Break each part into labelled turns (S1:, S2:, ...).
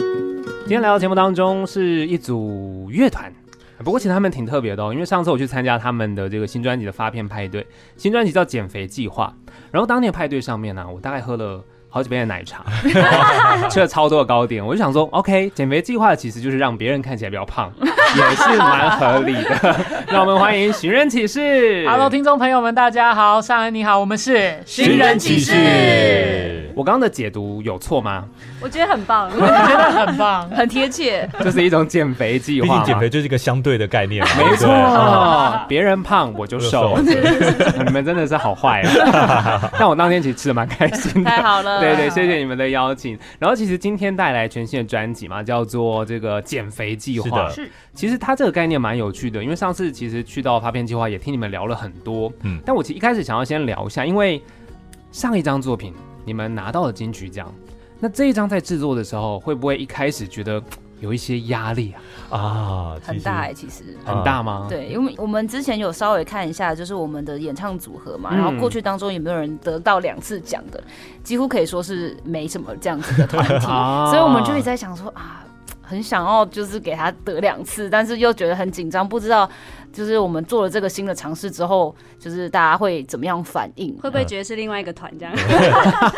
S1: 今天来到节目当中是一组乐团，不过其实他们挺特别的哦，因为上次我去参加他们的这个新专辑的发片派对，新专辑叫《减肥计划》，然后当天派对上面呢、我大概喝了。好几杯的奶茶， 吃了超多的糕点，我就想说，OK，减肥计划其实就是让别人看起来比较胖，也是蛮合理的。 让我们欢迎寻人启事
S2: Hello，听众朋友们，大家好，上恩你好，我们是
S1: 寻人
S2: 启
S1: 启
S2: 事，
S1: 我刚刚的解读有错吗？
S3: 我觉得很棒，
S2: 我觉得很棒。
S3: 很贴切。
S1: 这是一种减肥计
S4: 毕
S1: 划
S4: 竟
S1: 嘛，
S4: 减肥就是一个相对的概念嘛，
S1: 没错
S4: 对啊不对，
S1: 哦别人胖我就瘦
S4: 我，
S1: 你们真的是好坏啊！但我当天其实吃的蛮开心
S3: 太
S1: 的。
S3: 好 了，
S1: 对对，谢谢你们的邀请。然后其实今天带来全新的专辑嘛，叫做这个减肥计
S4: 是
S1: 划
S4: 的。
S3: 是
S1: 其实它这个概念蛮有趣的，因为上次其实去到发片计划也听你们聊了很多。嗯
S4: 嗯，
S1: 但我其实一开始想要先聊一下，因为上一张作品你们拿到了金曲奖，那这一张在制作的时候会不会一开始觉得嘖有一些压力啊？
S4: 啊，
S3: 很
S4: 其实
S3: 大哎、其实。
S1: 很大吗？
S3: 对，因为我们之前有稍微看一下，就是我们的演唱组合嘛，
S1: 嗯
S3: 然后过去当中有没有人得到两次奖的，几乎可以说是没什么这样子的团 体，
S1: 啊
S3: 所以我们就一直在想说啊，很想要就是给他得两次，但是又觉得很紧张，不知道就是我们做了这个新的尝试之后，就是大家会怎么样反应？
S5: 会不会觉得是另外一个团这样？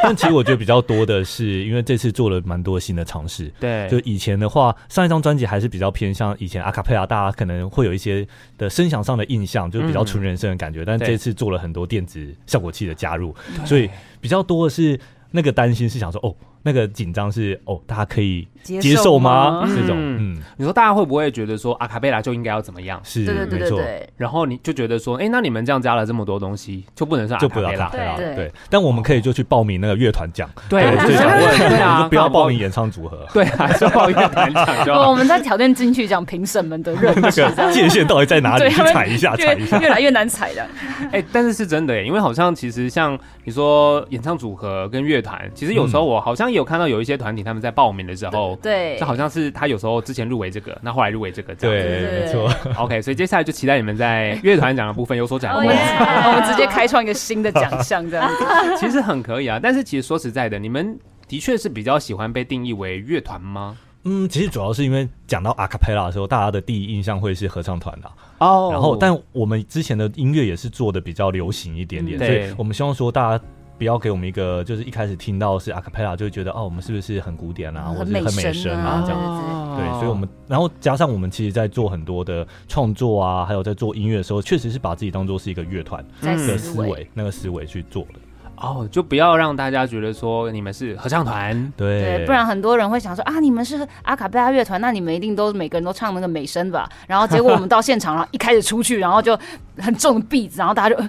S4: 但其实我觉得比较多的是，因为这次做了蛮多新的尝试。
S1: 对，
S4: 就以前的话，上一张专辑还是比较偏向以前阿卡贝拉，大家可能会有一些的声响上的印象，就是比较纯人声的感觉。但
S1: 对
S4: 这次做了很多电子效果器的加入，所以比较多的是那个担心是想说，哦，那个紧张是哦，大家可以接受吗？
S1: 吗
S4: 这种，
S1: 嗯
S4: 嗯，
S1: 你说大家会不会觉得说阿卡贝拉就应该要怎么样？
S4: 是
S3: 对对对
S4: 没
S3: 对
S4: 错。
S3: 对，
S1: 然后你就觉得说，哎，那你们这样加了这么多东西，就不能是阿
S4: 就
S1: 卡
S4: 不要
S1: 贝
S4: 卡
S1: 拉？
S4: 贝拉，
S3: 对
S4: 对。但我们可以就去报名那个乐团奖，
S1: 对，
S4: 我
S1: 我就
S4: 最想
S1: 想问，对
S4: 问，
S1: 啊，
S4: 就不要报名，演唱组合，
S1: 对啊，就报乐团奖就
S3: 我
S1: 好。
S3: 们在挑战金曲奖评审们的 认
S4: 那个界限到底在哪里？
S3: 对
S4: 啊去
S3: 他们
S4: 踩一下，踩
S3: 越
S4: 一下。
S3: 越来越难踩的。
S1: 哎，但是是真的耶，因为好像其实像你说演唱组合跟乐团，其实有时候我好像也有看到有一些团体他们在报名的时候。
S3: 对
S1: 就，好像是他有时候之前入围这个，那后来入围这个，这样子。
S3: 对对
S4: 对，
S3: 对
S4: 没错。
S1: OK，所以接下来就期待你们在乐团奖的部分有 所展
S3: 我
S1: 望。
S3: 们
S5: Yeah
S3: 我们直接开创一个新的奖项，这 样子。
S1: 其实很可以啊，但是其实说实在的，你们的确是比较喜欢被定义为乐团吗？
S4: 嗯，其实主要是因为讲到阿卡贝拉的时候，大家的第一印象会是合唱团啦。
S1: 哦
S4: 然后，但我们之前的音乐也是做的比较流行一点点，
S1: 嗯
S4: 所以
S1: 对
S4: 我们希望说大家。不要给我们一个，就是一开始听到是阿卡贝拉，就会觉得哦，我们是不是很古典啊，
S3: 嗯
S4: 或
S3: 很
S4: 者是
S3: 美
S4: 很美
S3: 声
S4: 声
S3: 啊
S4: 啊这样？
S1: 哦
S3: 样
S4: 对，所以我们然后加上我们其实，在做很多的创作啊，还有在做音乐的时候，确实是把自己当做是一个乐团
S3: 在
S1: 嗯
S3: 思
S4: 的思
S3: 维，
S4: 维，那个思维去做的。
S1: 哦，就不要让大家觉得说你们是合唱团，
S4: 对
S3: 对，，不然很多人会想说啊，你们是阿卡贝拉乐团，那你们一定都每个人都唱那个美声吧？然后结果我们到现场，然后一开始出去，然后就呃很重的 beat，然后大家就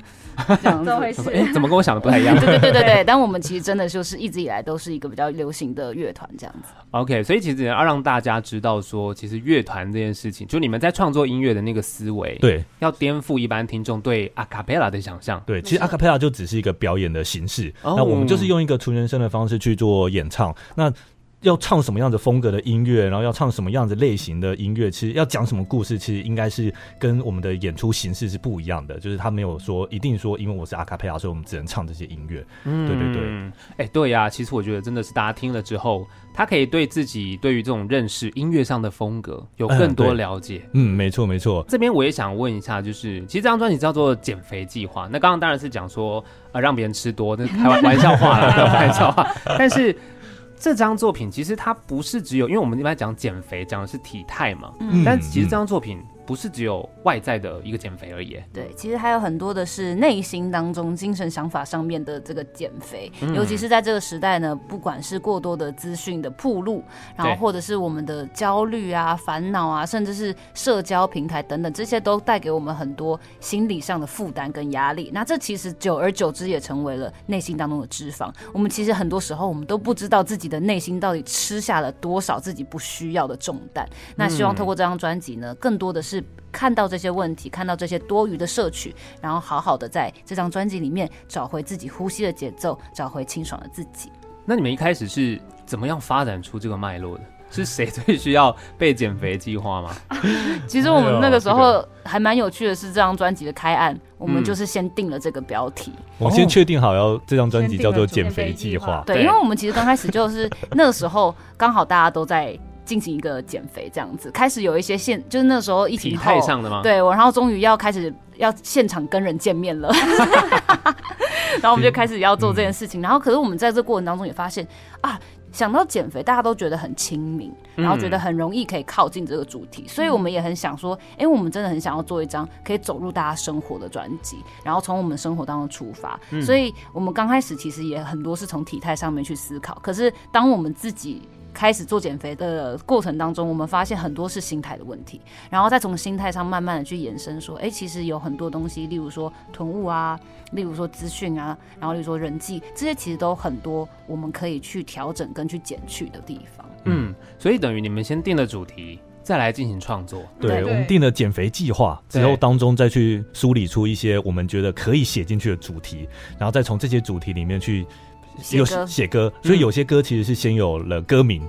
S3: 呃这样
S5: 怎
S3: 子
S5: 么。回
S1: 想
S5: 事
S1: 说？哎，怎么跟我想的不 太一样
S3: 对对对对对，但我们其实真的就是一直以来都是一个比较流行的乐团这样子。
S1: ？OK，所以其实要让大家知道说，其实乐团这件事情，就你们在创作音乐的那个思维，，
S4: 对
S1: 要颠覆一般听众对阿卡贝拉的想象。
S4: 对，其实阿卡贝拉就只是一个表演的形式，
S1: 哦
S4: 那我们就是用一个纯人声的方式去做演唱。那要唱什么样子风格的音乐，然后要唱什么样子类型的音乐，其实要讲什么故事，其实应该是跟我们的演出形式是不一样的。就是他没有说一定说，因为我是阿卡贝拉，所以我们只能唱这些音乐。
S1: 嗯
S4: 对对对，
S1: 哎、对呀、其实我觉得真的是大家听了之后，他可以对自己对于这种认识音乐上的风格有更
S4: 嗯对
S1: 多了解。
S4: 嗯，没错没错，
S1: 这边我也想问一下，就是其实这张专辑叫做《减肥计划》，那刚刚当然是讲说呃让别人吃多，那 开玩玩笑话啦，开玩笑 话。但是这张作品其实它不是只有，因为我们一般讲减肥讲的是体态嘛，
S3: 嗯
S1: 但其实这张作品不是只有外在的一个减肥而已。
S3: 对，其实还有很多的是内心当中、精神想法上面的这个减肥，尤其是在这个时代呢，不管是过多的资讯的铺路，然后
S1: 对
S3: 或者是我们的焦虑啊、烦恼啊，甚至是社交平台等等，这些都带给我们很多心理上的负担跟压力。那这其实久而久之也成为了内心当中的脂肪。我们其实很多时候我们都不知道自己的内心到底吃下了多少自己不需要的重担。那希望透过这张专辑呢，更多的是看到这些问题，看到这些多余的摄取，然后好好的在这张专辑里面找回自己呼吸的节奏，找回清爽的自己。
S1: 那你们一开始是怎么样发展出这个脉络的？是谁最需要被减肥计划 吗？
S3: 其实我们那个时候还蛮有趣的是，这张专辑的开案，我
S1: 嗯
S3: 们就是先定了这个标题，
S4: 我们先确定好要这张专辑叫做《
S5: 先定
S4: 减
S5: 了
S4: 肥计划
S3: 对，
S1: 对
S3: 因为我们其实刚开始就是那个时候刚好大家都在。进行一个减肥，这样子开始有一些现，就是那时候疫
S1: 体
S3: 情
S1: 态
S3: 后，
S1: 上的吗？，
S3: 对我，然后终于要开始要现场跟人见 面了，然后我们就开始要做这件事
S1: 嗯
S3: 情。然后，可是我们在这过程当中也发现啊，想到减肥，大家都觉得很亲民，
S1: 嗯
S3: 然后觉得很容易可以靠近这个主题，所以我们也很想说，哎、我们真的很想要做一张可以走入大家生活的专辑，然后从我们生活当中出发。所以我们刚开始其实也很多是从体态上面去思考，可是当我们自己。开始做减肥的过程当中，我们发现很多是心态的问题，然后再从心态上慢慢的去延伸，说，哎，其实有很多东西，例如说囤物啊，例如说资讯啊，然后例如说人际，这些其实都很多我们可以去调整跟去减去的地方。
S1: 嗯，所以等于你们先定了主题，再来进行创作。
S4: 对
S3: 对
S4: 我们定了减肥计划之后，
S1: 对
S4: 当中再去梳理出一些我们觉得可以写进去的主题，然后再从这些主题里面去
S3: 写
S4: 有
S3: 歌
S4: 写歌，所以
S1: 嗯
S4: 有些歌其实是先有了歌名，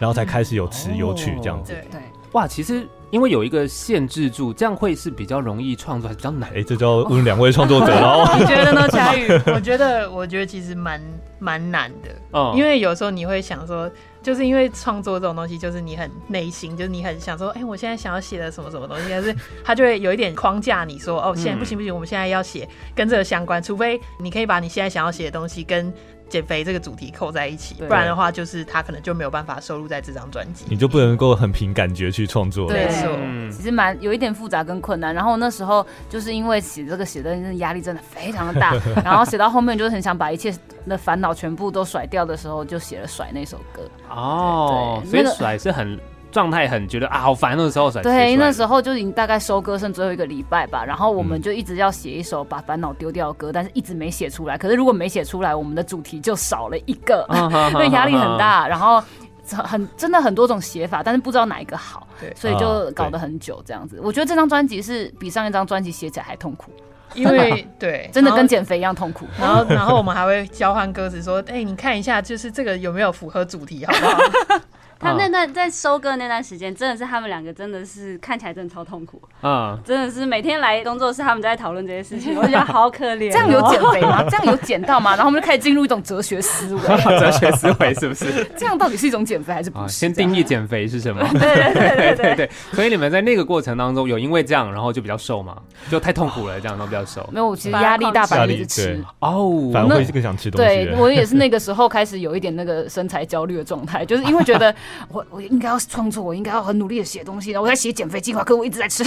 S4: 然后才开始有词
S1: 嗯
S4: 有曲这样子。
S2: 对，
S3: 对，
S1: 哇，其实因为有一个限制住，这样会是比较容易创作，还是比较难
S4: 哎、这就要问两位创作者哦 喽。
S2: 你觉得呢，佳宇？我觉得，我觉得其实蛮蛮难的，
S1: 哦，
S2: 因为有时候你会想说，就是因为创作这种东西，就是你很内心，就是你很想说，哎、我现在想要写的什么什么东西，但是它就会有一点框架你说，哦，现在
S1: 嗯
S2: 不行不行，我们现在要写跟这个相关，除非你可以把你现在想要写的东西跟。减肥这个主题扣在一起，
S3: 对
S2: 不然的话，就是它可能就没有办法收录在这张专辑。
S4: 你就不能够很凭感觉去创作了。
S2: 对
S3: 对
S2: 是
S1: 嗯
S3: 其实蛮有一点复杂跟困难。然后那时候就是因为写这个写的真的压力真的非常的 大，然后写到后面就是很想把一切的烦恼全部都甩掉的时候，就写了《甩》那首歌。
S1: 哦，
S3: 对对
S1: 所以
S3: 那个
S1: 甩是很状态很觉得啊好烦的时候甩。
S3: 对，
S1: 写出来
S3: 那时候就已经大概收割剩最后一个礼拜吧，然后我们
S1: 嗯
S3: 就一直要写一首把烦恼丢掉的歌，但是一直没写出来。可是如果没写出来，我们的主题就少了一个，
S1: 啊哈哈哈
S3: 因为压力很大。然后很真的很多种写法，但是不知道哪一个好
S2: 对，
S3: 所以
S1: 啊
S3: 就搞得很久这样子。我觉得这张专辑是比上一张专辑写起来还痛苦，
S2: 因为对，
S3: 真的
S2: 然后
S3: 跟减肥一样痛苦。
S2: 然后，然后我们还会交换歌词，说：“哎、你看一下，就是这个有没有符合主题，好不好
S5: 他那段在收割那段时间，真的是他们两个真的是看起来真的超痛苦，
S1: 嗯，
S5: 真的是每天来工作室他们在讨论这些事情，我觉得好可怜哦、
S3: 这样有减肥吗？这样有减到吗？然后我们就开始进入一种哲学思维，
S1: 哲学思维是不是？
S3: 这样到底是一种减肥还是不
S1: 啊，
S3: 是？
S1: 先
S3: 这样
S1: 定义减肥是什么？
S5: 对对对
S1: 对
S5: 对
S1: 对
S5: 对
S1: 对，所以你们在那个过程当中有因为这样，然后就比较瘦嘛，就太痛苦了，这样都比较瘦
S3: 没有，我其实压力大，
S4: 把
S3: 把
S4: 它
S3: 一直
S4: 控制压力
S3: 吃
S4: 对。
S1: 哦。
S4: 反而
S3: 那
S4: 会更想吃东西
S3: 对
S4: 了。
S3: 我也是那个时候开始有一点那个身材焦虑的状态，就是因为觉得我我应该要创作，我应该要很努力的写东西，然后我在写减肥计划，可我一直在吃，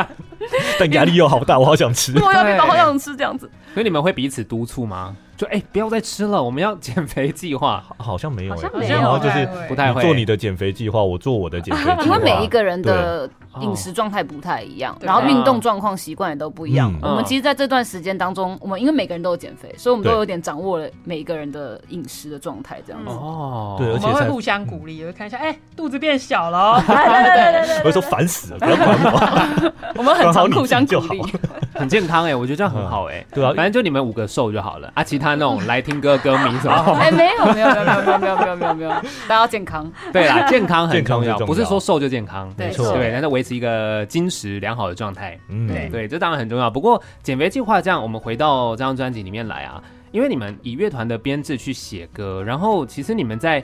S4: 但压力又好大，我好 想吃。
S3: 我要被好想吃这样子。
S1: 所以你们会彼此督促吗？就哎、不要再吃了，我们要减肥计划，
S4: 好像没有、欸，
S5: 好像
S2: 好
S5: 没
S2: 像哎
S5: 有
S4: 然后
S2: 不
S4: 就
S2: 太
S4: 是
S2: 会
S1: 不太
S4: 你
S1: 会
S4: 做你的减肥计划，我做我的减肥计 划。
S3: 因为每一个人
S4: 对
S3: 的饮食状态不太一样，然后运动状况习惯也都不一样。
S4: 嗯
S3: 我们其实在这段时间当中，我们因为每个人都有减肥，所以我们都有点掌握了每一个人的饮食的状态这样子。
S1: 哦。
S4: 对
S2: 我
S4: 而且
S2: 们会
S4: 才
S2: 互相鼓励，会看一下，哎、肚子变小了、哦。
S4: 我就说烦死了，不要管我。
S3: 我们很常互相鼓
S4: 管好你
S3: 励
S4: 自，
S1: 很健康哎、我觉得这样很好哎、
S4: 对啊
S1: 反正就你们五个瘦就好了啊，其他那 种来听歌歌迷什么，
S3: 哎，没有没有没有没有没有没有没有没有，大家要健康。
S1: 对啦，健康很
S4: 健康
S1: 重
S4: 最
S1: 要，
S4: 重要
S1: 不是说瘦就健康，
S3: 对没
S4: 错
S1: 对，但是维持一个精实良好的状态，
S4: 嗯，
S2: 对
S1: 对，这当然很重要。不过减肥计划这样，我们回到这张专辑里面来啊，因为你们以乐团的编制去写歌，然后其实你们在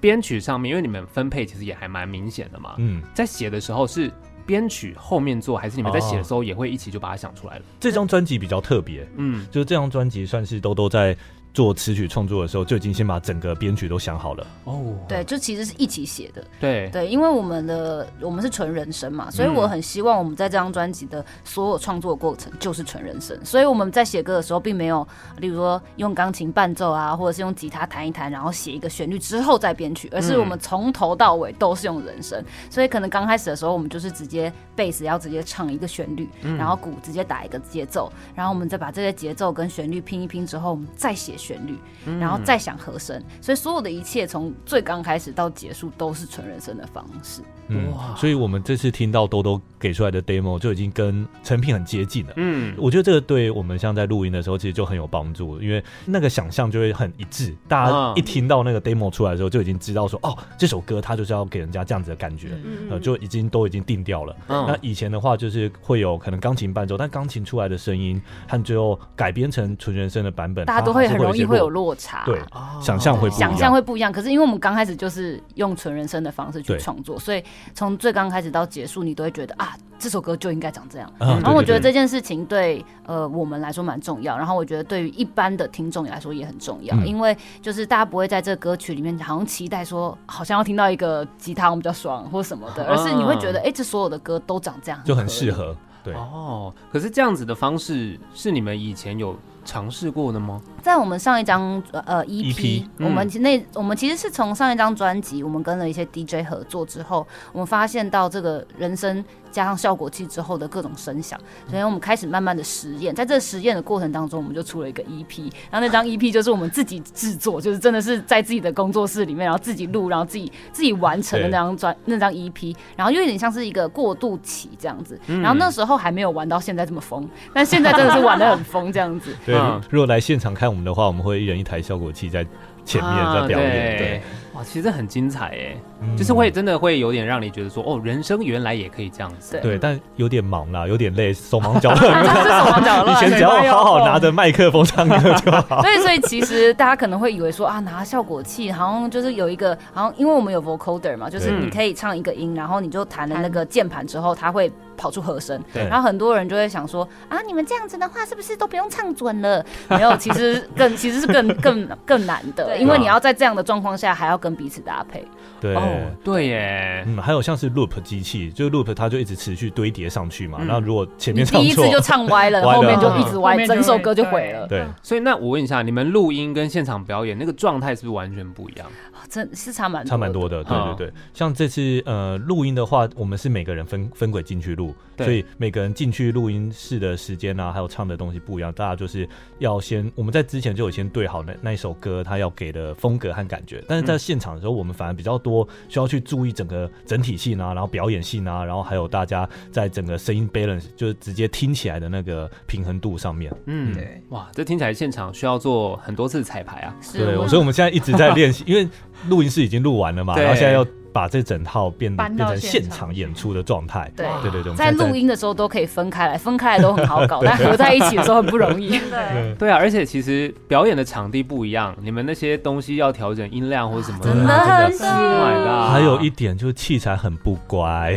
S1: 编曲上面，因为你们分配其实也还蛮明显的嘛，
S4: 嗯，
S1: 在写的时候是编曲后面做，还是你们在写的时候也会一起就把它想出来了？
S4: 这张专辑比较特别，
S1: 嗯，
S4: 就是这张专辑算是兜兜在做词曲创作的时候，就已经先把整个编曲都想好了。
S1: 哦，
S3: 对，就其实是一起写的。
S1: 对
S3: 对，因为我们的我们是纯人声嘛，所以我很希望我们在这张专辑的所有创作过程就是纯人声，所以我们在写歌的时候并没有，例如说用钢琴伴奏啊，或者是用吉他弹一弹，然后写一个旋律之后再编曲，而是
S1: 嗯
S3: 我们从头到尾都是用人声，所以可能刚开始的时候我们就是直接贝斯要直接唱一个旋律，
S4: 嗯
S3: 然后鼓直接打一个节奏，然后我们再把这些节奏跟旋律拼一拼之后，我们再写旋律，
S4: 嗯
S3: 然后再想和声，所以所有的一切从最刚开始到结束都是纯人声的方式。
S4: 嗯
S1: 哇，
S4: 所以我们这次听到兜兜给出来的 demo 就已经跟成品很接近了。
S1: 嗯，
S4: 我觉得这个对我们像在录音的时候，其实就很有帮助，因为那个想象就会很一致。大
S1: 嗯
S4: 家一听到那个 demo 出来的时候，就已经知道说，哦，这首歌它就是要给人家这样子的感觉，
S5: 嗯
S4: 呃，就已经都已经定掉了。
S1: 嗯
S4: 那以前的话，就是会有可能钢琴伴奏，但钢琴出来的声音和最后改编成纯人声的版本，
S3: 大家都
S4: 它
S3: 会
S4: 还是
S3: 很容
S4: 会有
S3: 容易
S4: 些
S3: 会有
S4: 落
S3: 落差。
S4: 对
S1: 哦
S4: 想象会不一样
S3: 想象会不一样，可是因为我们刚开始就是用纯人声的方式去
S4: 对
S3: 创作，所以从最刚开始到结束，你都会觉得啊，这首歌就应该长这样。
S4: 啊
S1: 嗯
S3: 然后我
S4: 对
S3: 觉
S4: 对
S3: 得
S4: 对
S3: 这件事情对呃我们来说蛮重要，然后我觉得对于一般的听众也来说也很重要，
S4: 嗯
S3: 因为就是大家不会在这歌曲里面好像期待说好像要听到一个吉他我们比较爽或什么的，而是你会觉得哎、诶这所有的歌都长这样，
S4: 啊就很
S3: 合
S4: 适
S3: 理。
S4: 合。对，
S1: 哦，可是这样子的方式是你们以前有尝试过的吗？
S3: 在我们上一张呃 EP，,
S4: EP
S3: 我们其那我们其实是从上一张专辑，我们跟了一些 DJ 合作之后，我们发现到这个人声加上效果器之后的各种声响，所以我们开始慢慢的实验。在这实验的过程当中，我们就出了一个 EP，然后那张 EP 就是我们自己制作，就是真的是在自己的工作室里面，然后自己录，然后自己自己完成的那张专那张 EP，然后又有点像是一个过渡期这样子。然后那时候还没有玩到现在这么疯，但现在真的是玩的很疯这样子。
S4: 对
S1: 嗯，
S4: 如果来现场看我们的话，我们会一人一台效果器在前面在表演。
S1: 啊
S4: 对，，
S1: 哇，其实很精彩哎，
S4: 嗯
S1: 就是会真的会有点让你觉得说，哦，人生原来也可以这样子。
S3: 对
S4: 对，但有点忙啦，有点累，手忙脚乱。
S3: 这手忙脚
S4: 以
S3: 乱，
S4: 前只要好好拿着麦克风唱歌就 好。
S3: 对，所以其实大家可能会以为说啊，拿效果器好像就是有一个，好像因为我们有 vocoder 嘛，就是
S1: 对
S3: 你可以唱一个音，然后你就弹了那个键盘之后，它会跑出和声。
S4: 对
S3: 然后很多人就会想说啊，你们这样子的话，是不是都不用唱准了？没有，其实更其实是更更更难的，
S5: 对
S4: 啊
S3: 因为你要在这样的状况下还要跟彼此搭配。
S4: 对。
S1: 哦，对耶，
S4: 嗯，还有像是 loop 机器，就 loop 它就一直持续堆叠上去嘛。
S1: 嗯
S4: 那如果前
S3: 你
S4: 面
S3: 第
S4: 唱
S3: 一
S4: 错
S3: 次，就唱歪了，
S4: 歪了
S3: 后面就一直
S2: 后
S3: 歪，
S2: 面就
S3: 整首
S2: 会
S3: 歌就毁
S2: 对
S3: 了。
S4: 对，
S1: 所以那我问一下，你们录音跟现场表演那个状态是不是完全不一样？
S3: 真是差蛮
S4: 差蛮
S3: 的
S4: 多的，对
S1: 嗯
S4: 对对。像这次呃录音的话，我们是每个人分分轨进去录，
S1: 对
S4: 所以每个人进去录音室的时间啊，还有唱的东西不一样，大家就是要先我们在之前就有先对好那那一首歌它要给的风格和感觉，但是在
S1: 嗯
S4: 现场的时候，我们反而比较多需要去注意整个整体性啊，然后表演性啊，然后还有大家在整个声音 balance，就是直接听起来的那个平衡度上面。
S1: 嗯，
S2: 对
S1: 哇，这听起来现场需要做很多次彩排啊。
S3: 是
S4: 对，
S3: 我
S4: 所以我们现在一直在练习，因为录音室已经录完了嘛，
S1: 对
S4: 然后现在要把这整套变
S2: 搬
S4: 变
S2: 到
S4: 成
S2: 现场
S4: 现场演出的状态。
S3: 对
S4: 对对对，我们
S3: 在
S4: 现
S3: 录音的时候都可以分开来，分开来都很好 搞，但合在一起的时候很不容易。
S5: 真的，
S1: 对啊，而且其实表演的场地不一样，你们那些东西要调整音量或什么的，
S4: 啊真
S5: 的很
S1: 真的 Oh my god
S4: 还有一点就是器材很不乖，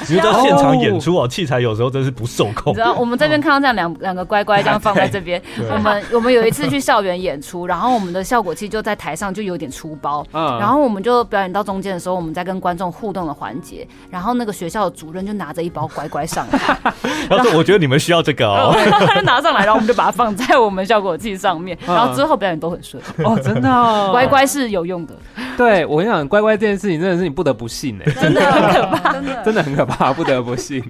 S4: 你知道现场演出哦，器材有时候真是不受
S3: 你
S4: 控
S1: 哦
S3: 知。道我们这边看到这样两两个乖乖这样 放在这边，
S4: 对
S3: 我们我们有一次去校园演出，然后我们的效果器就在台上就有点出包，
S1: 嗯
S3: 然后我们就表演到中间的时候，我们在跟观众互动的环节，然后那个学校的主任就拿着一包乖乖上来，
S4: 然后我觉得你们需要这个哦，
S3: 他就拿上来，然后我们就把它放在我们效果器上面，
S1: 嗯
S3: 然后之后表演都很顺，
S1: 哦，真的、哦，
S3: 乖，乖是有用的。
S1: 对我跟你讲，乖乖这件事情真的是你不得不信哎、
S5: 真的很可怕，真的
S1: 真的很可怕， 不得不信。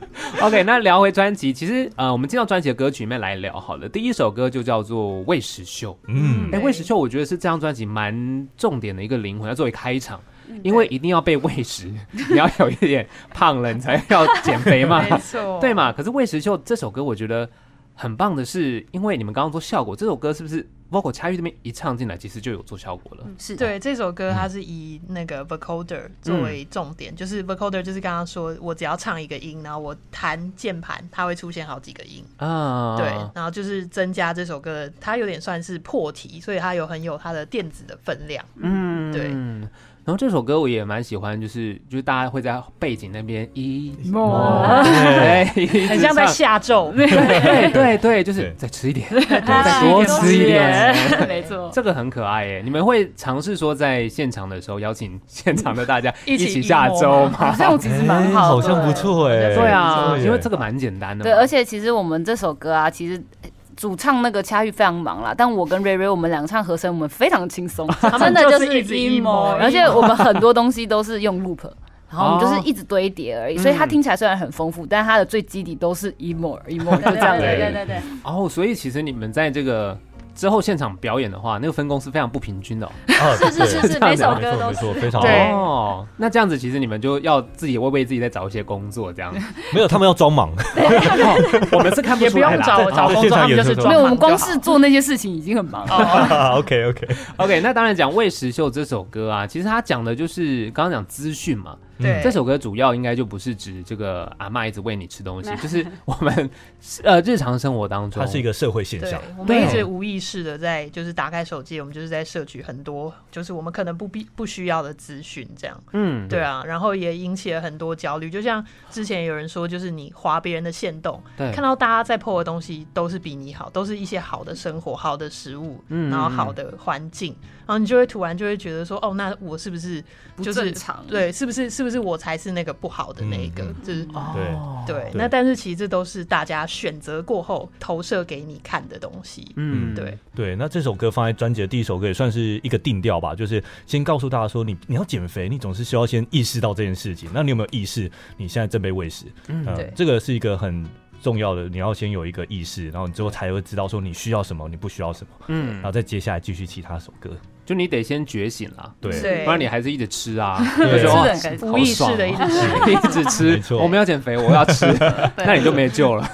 S1: OK，那聊回专辑，其实呃，我们进到专辑的歌曲里面来聊好了。第一首歌就叫做《喂食秀》。
S4: 嗯，
S1: 哎，
S2: 对
S1: 喂食秀，我觉得是这张专辑蛮重点的一个灵魂，要作为开场，因为一定要被喂食， 你要有一点胖了，你才要减肥嘛，
S2: 没错，
S1: 对嘛？可是《喂食秀》这首歌，我觉得很棒的是，因为你们刚刚做效果，这首歌是不是 vocal 插曲这边一唱进来，其实就有做效果了？
S3: 是，
S2: 对，这首歌它是以那个 vocoder 作为重点，就是 vocoder 就是刚刚说我只要唱一个音，然后我弹键盘，它会出现好几个音，
S1: 啊，
S2: 对，然后就是增加这首歌，它有点算是破题，所以它有很有它的电子的分量，
S1: 嗯
S2: 对
S1: 然后这首歌我也蛮喜欢，就是就是大家会在背景那边一，哎
S4: 哦
S1: 对，
S2: 很像在
S1: 下，
S2: 下咒，
S1: 对对对，就是
S4: 对
S1: 再吃一点，
S5: 再
S1: 再多吃一 点，
S3: 没错。
S1: 这个很可爱耶。你们会尝试说在现场的时候邀请现场的大家
S2: 一起
S1: 起下周吗？
S3: 这样其实蛮好
S4: 好
S3: 的，
S4: 像不错哎，
S1: 对啊，因为这
S4: 个
S1: 个蛮简单的嘛，
S3: 对，而且其实我们这首歌啊，其实。呃主唱那个恰玉非常忙啦，但我跟瑞瑞我们两个唱和声，我们非常轻松，真的
S2: 就是是一直一模
S3: 而且我们很多东西都是用 loop，然后我们就是一直堆叠而已，所以它
S1: 嗯
S3: 听起来虽然很丰富，但它的最基底都是 emo emo 就
S5: 对
S3: 这样
S5: 对
S3: 而
S5: 对
S3: 已。
S5: 对对，
S1: 哦，所以其实你们在这个之后现场表演的话，那个分工是非常不平均的哦。
S5: 是是是是，每首歌都
S4: 啊没
S5: 是
S4: 错，非常好。
S2: 对
S1: 哦，那这样子其实你们就要自己为为自己再找一些工作，这样。
S4: 没有他们要装忙，
S1: 哦我们是看不
S2: 也
S1: 出
S2: 不
S1: 来
S2: 用
S1: 啦。
S2: 找 找工
S4: 现
S2: 作，
S4: 场
S2: 他们就是
S4: 演出
S2: 装
S3: 没有，我
S2: 忙
S3: 们
S2: 就好
S3: 光是做那些事情已经很忙
S4: 哦
S3: 了。
S4: OK OK，
S1: OK，那当然讲《喂食秀》这首歌啊，其实它讲的就是刚刚讲资讯嘛，
S2: 对
S1: 这首歌主要应该就不是指这个阿嬷一直喂你吃东西，
S5: 没
S1: 就是我们呃日常生活当中，
S4: 它是一个社会现
S2: 对
S4: 象。，
S2: 我们一
S1: 对
S2: 直无意识的在就是打开手机，我们就是在摄取很多就是我们可能不必不需要的资讯，这样
S1: 嗯，
S2: 对啊，然后也引起了很多焦虑。就像之前有人说，就是你划别人的线动，
S1: 对，
S2: 看到大家在破的东西都是比你好，都是一些好的生活、好的食物，
S1: 嗯
S2: 然后好的环境，然后你就会突然就会觉得说，哦，那我是不是
S5: 不
S2: 就是
S5: 正常
S2: 对，是不是是不是我才是那个不好的那一个？就是
S4: 对
S1: 嗯哦
S2: 对
S4: 对，
S2: 那但是其实这都是大家选择过后投射给你看的东西。
S1: 嗯
S2: 对，
S4: 对，那这首歌放在专辑的第一首歌也算是一个定调吧，就是先告诉大家说你你要减肥，你总是需要先意识到这件事情。那你有没有意识你现在正被喂食？
S1: 嗯
S4: 呃
S2: 对
S4: 这个是一个很重要的，你要先有一个意识，然后你之后才会知道说你需要什么，你不需要什么，然
S1: 嗯，
S4: 后再接下来继续其他首歌。
S1: 就你得先觉醒啦，
S4: 对，
S2: 对
S1: 不然你还是一直吃啊，
S4: 对
S1: 就哦
S5: 吃
S1: 说
S5: 的
S1: 哇
S5: 很开心。
S2: 无意识的一直
S1: 吃，啊 一直
S4: 没
S1: 吃，
S4: 错
S1: 我们要减肥，我要吃，那你就没救 了。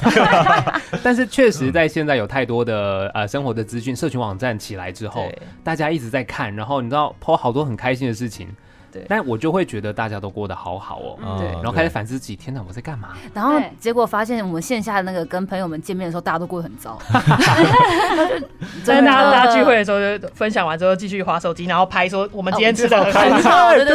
S1: 但是确实，在现在有太多的呃生活的资讯，社群网站起来之后
S2: 对，
S1: 大家一直在看，然后你知道抛好多很开心的事情，
S2: 对嗯
S1: 但我就会觉得大家都过得好好哦，
S4: 啊
S5: 对
S1: 然后开始反思自己，天哪，我在干嘛？
S3: 然后
S5: 对
S3: 结果发现我们线下的那个跟朋友们见面的时候，大家都过得很糟。
S2: 但
S3: 真
S2: 是
S3: 的
S2: 大家大家聚会的时候，就分享完之后继续划手机，然后拍说我们今天吃的很
S3: 很
S2: 好。
S3: 哦好，对对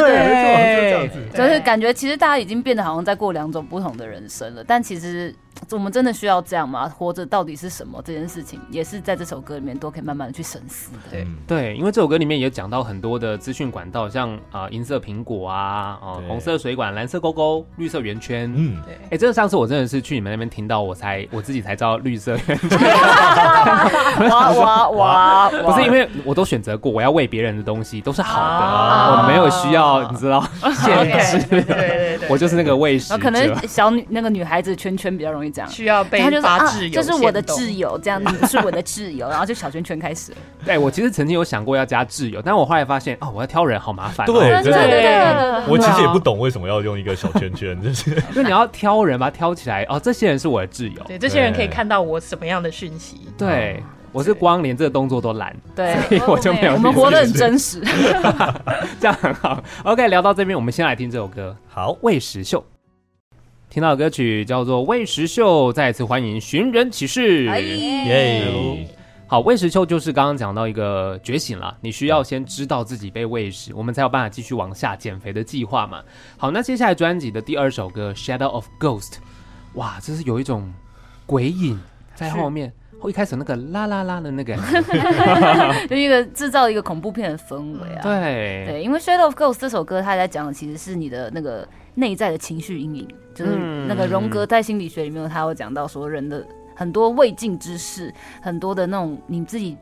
S1: 对，
S3: 对。就是感觉其实大家已经变得好像在过两种不同的人生了，但其实我们真的需要这样吗？活着到底是什么？这件事情也是在这首歌里面都可以慢慢的去深思的。
S2: 对
S4: 嗯
S1: 对，因为这首歌里面也讲到很多的资讯管道，像啊、呃银色苹果啊，哦、
S4: 对
S1: 红色水管、蓝色勾勾、绿色圆圈。嗯，
S4: 嗯，
S2: 对
S1: 哎、这个上次我真的是去你们那边听到，我才我自己才知道绿色圆圈，
S3: 哇哇 哇！
S1: 不
S3: 不
S1: 是因为我都选择过，我要喂别人的东西都是好的，
S2: 啊
S1: 我没有需要你知道限
S2: OK，对对
S1: 制，
S2: 对对，
S1: 我就是那个喂食
S3: 然后哦可
S1: 者。
S3: 能小女那个女孩子圈圈比较容易这样。
S2: 需要被
S3: 她就说
S2: 发
S3: 啊
S2: 挚友，，
S3: 这是我的挚友，这样子不是我的挚友，然后就小圈圈开始了。
S1: 对，哎我其实曾经有想过要加挚友，但我后来发现哦，我要挑人好麻烦、哦。
S4: 对
S5: 真的
S4: 对
S5: 对对对
S4: 我其实也不懂为什么要用一个小圈圈，就是
S1: 就你要挑人，把它挑起来哦，这些人是我的挚友。
S2: 对，这些人可以看到我什么样的讯息。
S1: 对，我是光连这个动作都懒，
S3: 对，
S1: 所以我就没有
S3: 我们
S1: 力
S3: 活得很真实。
S1: 这样很好。OK，聊到这边，我们先来听这首歌
S4: 好
S1: 《喂食秀》。听到的歌曲叫做《喂食秀》，再次欢迎寻人启事。
S3: 哎
S4: 耶。
S1: 好，喂食秀就是刚刚讲到一个觉醒了，你需要先知道自己被喂食，我们才有办法继续往下减肥的计划嘛。好，那接下来专辑的第二首歌《Shadow of Ghost》，哇，这是有一种鬼影在后面。后一开始那个啦啦啦的那 个，
S3: 就一个制造一个恐怖片的氛围
S1: 嗯
S3: 啊。
S1: 对，
S3: 对因为《Shadow of Ghost》这首歌，它在讲的其实是你的那个内在的情绪阴影，就是
S1: 嗯
S3: 那个荣格在心理学里面，他会讲到说人的很多未尽之事，很多的那种你自己。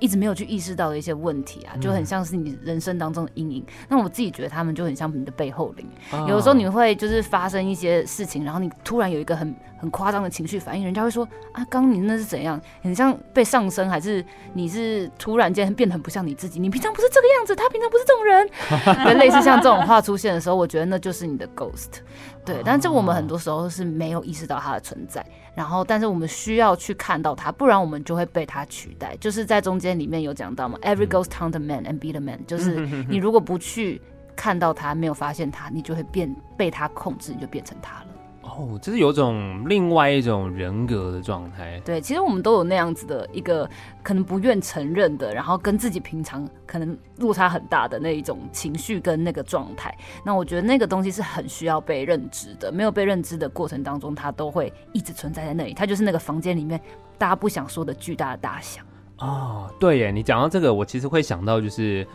S3: 一直没有去意识到的一些问题啊，就
S1: 嗯
S3: 很像是你人生当中的阴影。那我自己觉得他们就很像你的背后灵，
S1: 哦
S3: 有的时候你会就是发生一些事情，然后你突然有一个很很夸张的情绪反应，人家会说啊，刚刚你那是怎样？很像被上身，还是你是突然间变得很不像你自己？你平常不是这个样子，他平常不是这种人。对，类似像这种话出现的时候，我觉得那就是你的 ghost。对，但这我们很多时候是没有意识到它的存在，然后但是我们需要去看到它，不然我们就会被它取代。就是在中间里面有讲到嘛，every ghost hunt the man and be the man，就是你如果不去看到它，没有发现它，你就会变被它控制，你就变成它了。
S1: 哦，这是有种另外一种人格的状态。
S3: 对，其实我们都有那样子的一个可能不愿承认的，然后跟自己平常可能落差很大的那一种情绪跟那个状态。那我觉得那个东西是很需要被认知的，没有被认知的过程当中，它都会一直存在在那里。它就是那个房间里面大家不想说的巨大的大象。
S1: 哦，对耶，你讲到这个，我其实会想到就是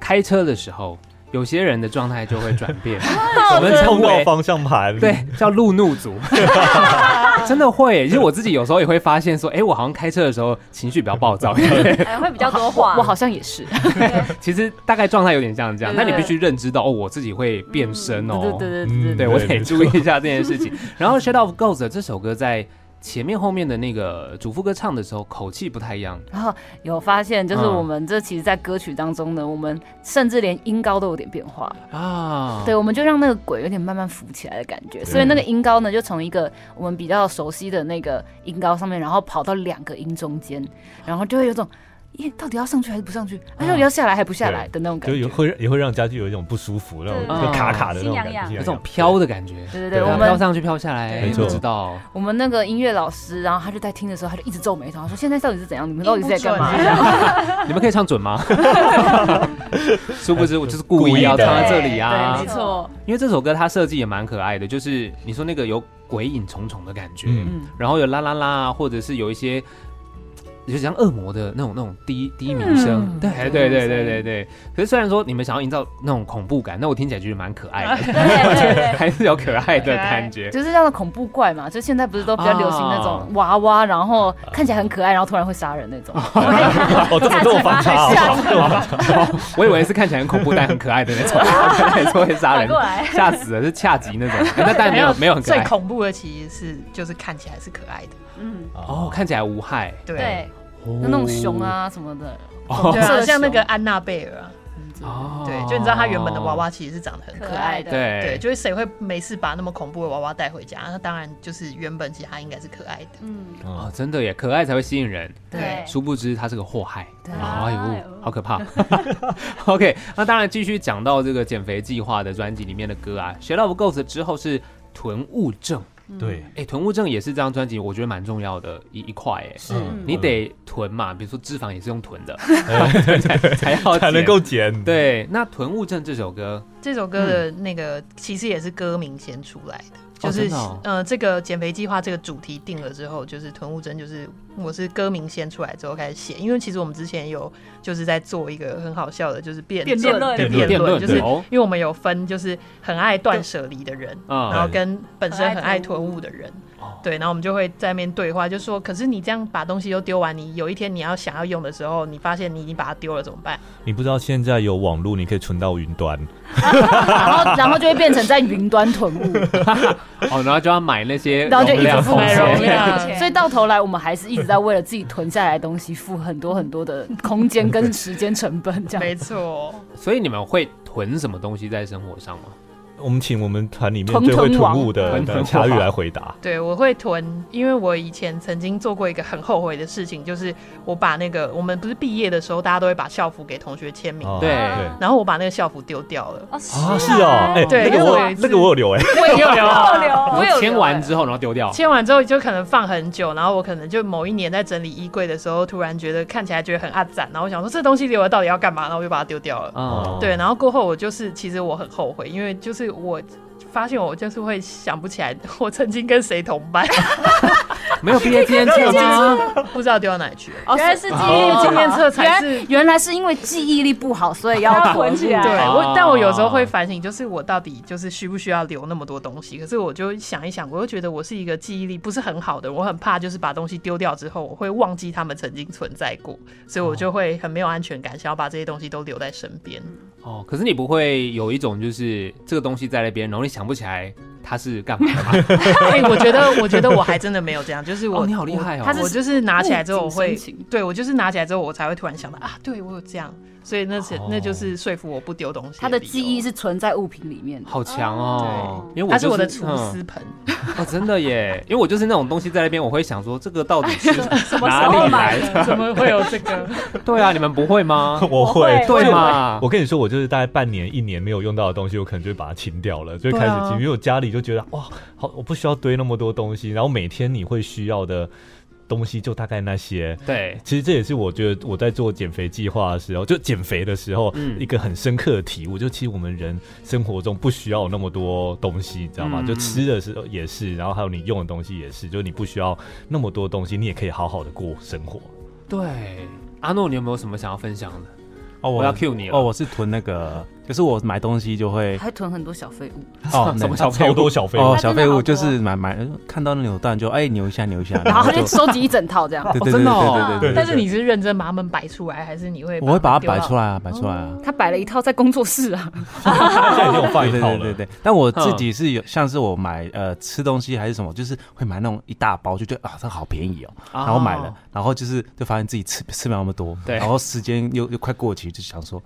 S1: 开车的时候，有些人的状态就会转 变，
S3: 哦
S1: 我们
S4: 碰
S1: 称
S4: 到
S1: 为
S4: 方向盘，
S1: 对叫路怒 族， 真的会耶。其实我自己有时候也会发现说，哎，我好像开车的时候情绪比较暴 躁，
S5: 哎会比较多话。
S3: 我好像也是，
S1: 其实大概状态有点像这样。
S5: 对
S1: 但你必须认知到哦，我自己会变身哦，
S3: 对对对
S4: 嗯
S3: 对
S1: 对
S3: 对
S1: 我
S4: 对
S1: 得
S4: 没
S1: 注意一下这件事情。然后《Shut Off Goes》这首歌在前面后面的那个主副歌唱的时候，口气不太一样。
S3: 然后有发现，就是
S1: 嗯
S3: 我们这其实，在歌曲当中呢，我们甚至连音高都有点变化。
S4: 嗯
S1: 啊，
S3: 对，我们就让那个鬼有点慢慢浮起来的感觉，所以那个音高呢，就从一个我们比较熟悉的那个音高上面，然后跑到两个音中间，然后就会有种耶，到底要上去还是不上去？啊，到底要下来还不下来的那种感
S4: 就
S3: 觉
S4: 嗯有。会让也会让人家就有一种不舒服那种，
S5: 对
S4: 就卡卡的那种
S5: 心
S4: 感
S5: 痒痒
S4: 觉，
S1: 有种飘的感觉，
S3: 对对
S4: 对
S3: 对，
S1: 啊
S3: 我
S1: 飘
S3: 们
S1: 上去飘下来，
S2: 对
S4: 没错
S1: 不知道。
S3: 我们那个音乐老师，然后他就在听的时候，他就一直皱眉头，他说：“现在到底是怎样？你们到底是在干嘛
S4: 嗯
S2: 音不准啊
S1: 你们可以唱准 吗？殊不知我就是故意要唱在这里
S3: 对
S1: 啊
S3: 没，错，
S1: 因为这首歌它设计也蛮可爱的，就是你说那个有鬼影重重的感觉，
S4: 嗯，
S3: 嗯，
S1: 然后有啦啦啦啊，或者是有一些。就像恶魔的那种那种低低鸣声，
S3: 嗯
S1: 对
S3: 对
S1: 对对
S3: 对
S1: 对对对。可是虽然说你们想要营造那种恐怖感，那我听起来就是蛮可爱的，
S5: 对对 对，
S1: 还是有可爱的感觉。
S3: 就是叫做恐怖怪嘛，就现在不是都比较流行那
S1: 啊
S3: 种娃娃，然后看起来很可爱，然后突然会杀人那种。
S4: 哦，这么这么反差
S3: 吓
S4: 哦，
S3: 死
S4: 这么反差
S1: 我以为是看起来很恐怖但很可 爱的那种，没错会杀
S5: 反
S1: 人
S5: 过，来，
S1: 吓死了是恰吉那种，哎那当然没有没有很可
S2: 最
S1: 爱
S2: 恐怖的其实是就是看起来是可爱的，
S5: 嗯，
S1: 哦，看起来无害，
S2: 对
S5: 对，
S1: 哦
S3: 那种熊，啊什么的，
S2: 对
S3: 红色
S2: 啊，
S3: 的
S2: 像那
S3: 熊
S2: 个安娜贝尔啊，
S1: 哦
S2: 对，就你知道她原本的娃，娃其实是长得很可
S5: 可
S2: 爱
S5: 爱
S2: 的。
S5: 的，
S2: 对，
S1: 对，
S2: 就是谁会没事把那么恐怖的娃娃带回家？那当然就是原本其实它应该是可爱的。
S5: 嗯，
S1: 哦
S4: 哦，
S1: 真的耶，可爱才会吸引人，
S5: 对，
S1: 殊不知它是个祸害。
S3: 对
S1: 哎
S5: 哎
S1: 呦，
S5: 呦
S1: 好可怕 ！OK，那当然继续讲到这个减肥计划的专辑里面的歌啊，《学到不够》之后是《囤物症》，
S4: 对，
S1: 哎，《囤物症》也是这张专辑我觉得蛮重要的一一块，哎，
S5: 是
S4: 嗯
S1: 你得囤嘛，比如说脂肪也是用囤的，才才要
S4: 才能
S1: 减
S4: 够减，
S1: 哦对，那《囤物症》这首歌，
S2: 这首歌的那个其实也是歌名先出来的，
S1: 哦
S2: 就是、
S1: 真的哦
S2: 呃，这个减肥计划这个主题定了之后，就是屯物针，就是我是歌名先出来之后开始写，因为其实我们之前有就是在做一个很好笑的，就是辩
S5: 辩
S2: 证
S5: 论
S2: 对
S4: 辩
S2: 辩论，就是
S1: 对哦
S2: 因为我们有分就是很爱断舍离的人，然
S1: 啊
S2: 后跟本身很爱囤物的人
S1: 哦，
S2: 对，然后我们就会在那边对话，就说，可是你这样把东西都丢完，你有一天你要想要用的时候，你发现你已经把它丢了，怎么办？
S4: 你不知道现在有网络，你可以存到云端，
S3: 然后然后就会变成在云端囤物，
S1: 哦，然后就要买那些
S3: 然后就
S1: 容
S3: 一直
S1: 量
S3: 付
S1: 空
S2: 买
S3: 费
S1: 间
S2: 容
S3: 容
S2: 量
S3: 量，所以到头来我们还是一直在为了自己囤下来的东西付很多很多的空间跟时间成本，这
S2: 没
S3: 样
S2: 错，
S1: 所以你们会囤什么东西在生活上吗？
S4: 我们请我们团里面
S3: 屯
S4: 最会
S3: 屯
S4: 囤
S3: 王
S4: 物的
S1: 屯
S4: 的
S1: 屯
S4: 茶语
S1: 王
S4: 来回答。
S2: 对，我会囤，因为我以前曾经做过一个很后悔的事情，就是我把那个我们不是毕业的时候，大家都会把校服给同学签名，
S4: 哦
S1: 对
S2: 然后我把那个校服丢掉了。
S5: 哦，
S4: 啊，是哦，哎，
S2: 对
S4: 那个
S2: 因为
S4: 我
S2: 我有一次
S4: 那个我有留哎，
S3: 我也有留
S5: 我有留我
S1: 你
S5: 有
S1: 说
S5: 留
S1: 哦签完
S5: 哎
S1: 之后然后丢掉，
S2: 签完之后就可能放很久，然后我可能就某一年在整理衣柜的时候，突然觉得看起来觉得很暗赞，然后我想说这东西留了到底要干嘛，然后我就把它丢掉了。
S1: 啊，
S2: 对，然后过后我就是，其实我很后悔，因为就是我发现我就是会想不起来我曾经跟谁同班，
S1: 没有毕业纪念册吗？
S2: 不知道丢到哪里去了。
S3: 哦
S5: 原来是记忆
S1: 哦
S5: 力
S2: 纪念册才
S3: 原
S2: 是
S3: 来原来是因为记忆力不好，所以
S5: 要
S3: 要
S5: 囤
S3: 囤
S5: 起来
S2: 对
S1: 哦
S2: 我，但我有时候会反省，就是我到底就是需不需要留那么多东西？可是我就想一想，我又觉得我是一个记忆力不是很好的，我很怕就是把东西丢掉之后，我会忘记他们曾经存在过，所以我就会很没有安全感，想要把这些东西都留在身边。
S1: 哦，可是你不会有一种就是这个东西在那边，然后你想不起来它是干嘛的吗？
S2: 哎、我觉得，我觉得我还真的没有这样，就是我，
S1: 哦你好厉害哦
S2: 我
S1: 他
S3: 是
S2: 我就是拿起来之后，我
S3: 物
S2: 会
S3: 尽生情，
S2: 对我就是拿起来之后，我才会突然想到啊，对我有这样，所以那是、
S1: 哦
S2: 那就是说服我不丢东西。
S3: 他的记忆，是存在物品里面的。
S1: 好强哦！因为我
S2: 它
S1: 就是
S2: 我的厨
S1: 嗯
S2: 师盆。
S1: 哦，真的耶！因为我就是那种东西在那边，我会想说这个到底是
S5: 么
S1: 哪
S5: 时候
S1: 里
S5: 买
S1: 来
S5: 的
S1: 的？
S2: 怎么会有这个？
S1: 对啊，你们不会吗？
S4: 我
S5: 会
S4: 会，
S1: 对
S4: 嘛。
S1: 嘛？
S4: 我跟你说，我就是大概半年、一年没有用到的东西，我可能就会把它清掉了，就会开始
S2: 对啊
S4: 清。因为我家里就觉得哇，好，我不需要堆那么多东西，然后每天你会需要的东西就大概那些。
S1: 对，
S4: 其实这也是我觉得我在做减肥计划的时候，就减肥的时候，
S1: 嗯
S4: 一个很深刻的体悟，就其实我们人生活中不需要有那么多东西，你知道吗？
S1: 嗯
S4: 就吃的时候也是，然后还有你用的东西也是，就是你不需要那么多东西，你也可以好好的过生 活。
S1: 对，阿诺，你有没有什么想要分享的？
S6: 哦，
S1: 我要 cue 你了
S6: 哦，我是囤那
S1: 呃
S6: 个，就是我买东西就 会
S3: 还囤很多小废物，
S6: 哦，
S1: 什么
S6: 那
S1: 小废
S4: 超
S1: 物
S4: 多？小费
S6: 哦
S5: 那
S6: 小
S5: 真的
S6: 废
S5: 好
S6: 物，
S5: 多
S6: 就是买买看到那扭蛋就哎扭一下扭一下，
S3: 然后他
S6: 就
S3: 就收集一整套这样。
S6: 对
S1: 哦
S6: 对对
S1: 真的哦
S6: 对对对
S2: 但是你是认真把它们摆出来，还是你会？
S6: 对，我会把它摆出
S2: 来。
S6: 来啊，摆出来啊。
S3: 他摆了一套在工作室啊，
S4: 现在已经有放
S6: 对
S4: 一
S6: 对
S4: 套
S6: 对
S4: 了。
S6: 对对，但我自己是有，像是我买呃吃东西还是什么，就是会买那种一大包，就觉得啊这好便宜哦，然后买了，然后就是就发现自己吃吃不了那么多，
S1: 对
S6: 然后时间又又快过期，就想说，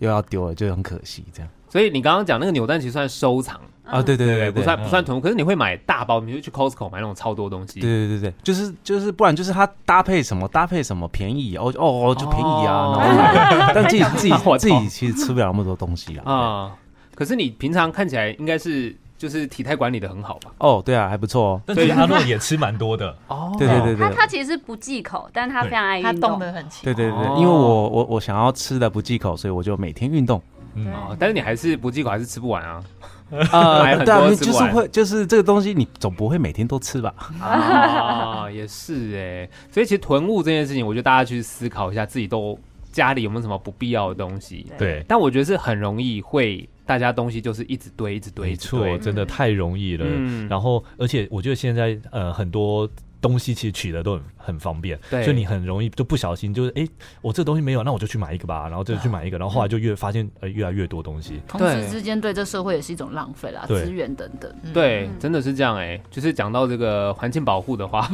S6: 又要丢了，就很可惜这样。
S1: 所以你刚刚讲那个扭蛋其实算收藏，
S6: 啊，对对对
S1: 不算
S6: 对
S1: 不算囤物，可是你会买大包，你就去 Costco 买那种超多东西。
S6: 对对对，就是就是，不然就是它搭配什么搭配什么便宜哦哦哦就便宜啊，然后就买但自己自己
S1: 我操
S6: 自己其实吃不了那么多东西啦。啊
S1: 啊、可是你平常看起来应该是就是体态管理的很好吧？
S6: 哦，对啊，还不错哦。
S4: 但其实阿诺也吃蛮多的，
S1: 哦
S6: 对对对
S5: 他
S6: 对。
S5: 他其实不忌口，但他非常爱
S2: 他
S5: 运
S2: 动
S5: 动。
S2: 得很勤，
S6: 对对对，
S1: 哦
S6: 因为我我我想要吃的不忌口，所以我就每天运动。
S4: 嗯，
S1: 哦，但是你还是不忌口，还是吃不完 啊？买
S6: 呃，
S1: 很
S6: 对啊，
S1: 多
S6: 你
S1: 吃
S6: 就是
S1: 完
S6: 会，就是这个东西，你总不会每天都吃 吧？
S1: 啊，也是哎、所以其实囤物这件事情，我觉得大家去思考一下，自己都家里有没有什么不必要的东西。
S4: 对，
S1: 但我觉得是很容易会大家东西就是一直堆，一直堆，
S4: 没
S1: 一直堆
S4: 错，真的太容易了。
S1: 嗯
S4: 然后，而且我觉得现在呃很多。东西其实取得都很很方便，
S1: 对
S4: 所以你很容易就不小心就是哎、诶我这个东西没有，那我就去买一
S1: 嗯
S4: 个吧，然后就去买一个，然后后来就越发现呃越来越多东西，
S3: 同
S1: 对
S3: 时之间对这社会也是一种浪费啦，
S4: 对
S3: 资源等等。
S1: 对，
S5: 嗯
S1: 真的是这样哎、就是讲到这个环境保护的话，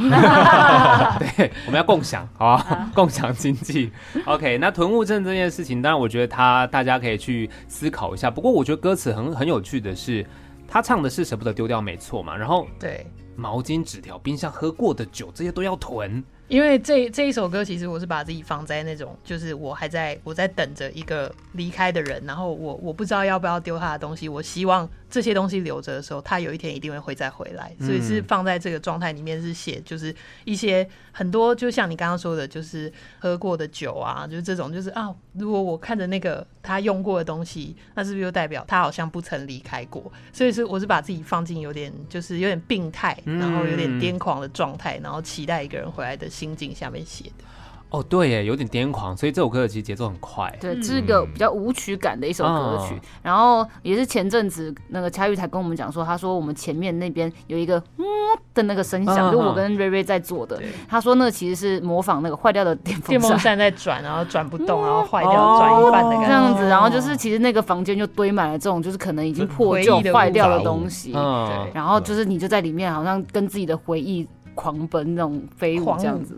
S1: 对，我们要共享，好吧，共享经济。OK，那囤物症这件事情，当然我觉得它大家可以去思考一下。不过我觉得歌词很很有趣的是，他唱的是舍不得丢掉，没错嘛。然后
S2: 对。
S1: 毛巾、纸条、冰箱、喝过的酒，这些都要囤。
S2: 因为这这一首歌，其实我是把自己放在那种，就是我还在我在等着一个离开的人，然后我我不知道要不要丢他的东西，我希望这些东西留着的时候，他有一天一定会会再回来，所以是
S6: 嗯
S2: 放在这个状态里面是写，就是一些很多，就像你刚刚说的，就是喝过的酒啊，就是这种，就是啊，如果我看着那个他用过的东西，那是不是就代表他好像不曾离开过？所以是我是把自己放进有点就是有点病态，
S1: 嗯
S2: 然后有点癫狂的状态，然后期待一个人回来的心境下面写的。
S1: 哦，对耶，有点癫狂，所以这首歌的其实节奏很快。
S3: 对，
S2: 嗯
S3: 这是个比较舞曲感的一首歌曲。
S1: 嗯
S3: 然后也是前阵子那个佳玉才跟我们讲说，他说我们前面那边有一个嗯的那个声
S1: 嗯
S3: 响，就我跟瑞瑞在做的
S2: 对。
S3: 他说那其实是模仿那个坏掉的电 风
S2: 电风
S3: 扇。
S2: 扇在转，然后转不动，然后坏掉，转一半的感觉。
S3: 这样
S1: 哦
S3: 子，然后就是其实那个房间就堆满了这种，就是可能已经破旧
S2: 回忆的
S3: 坏掉
S4: 杂
S3: 的
S4: 物
S3: 东西，
S1: 嗯，
S3: 然后就是你就在里面好像跟自己的回忆狂奔那种飞舞
S2: 狂舞
S3: 这样子。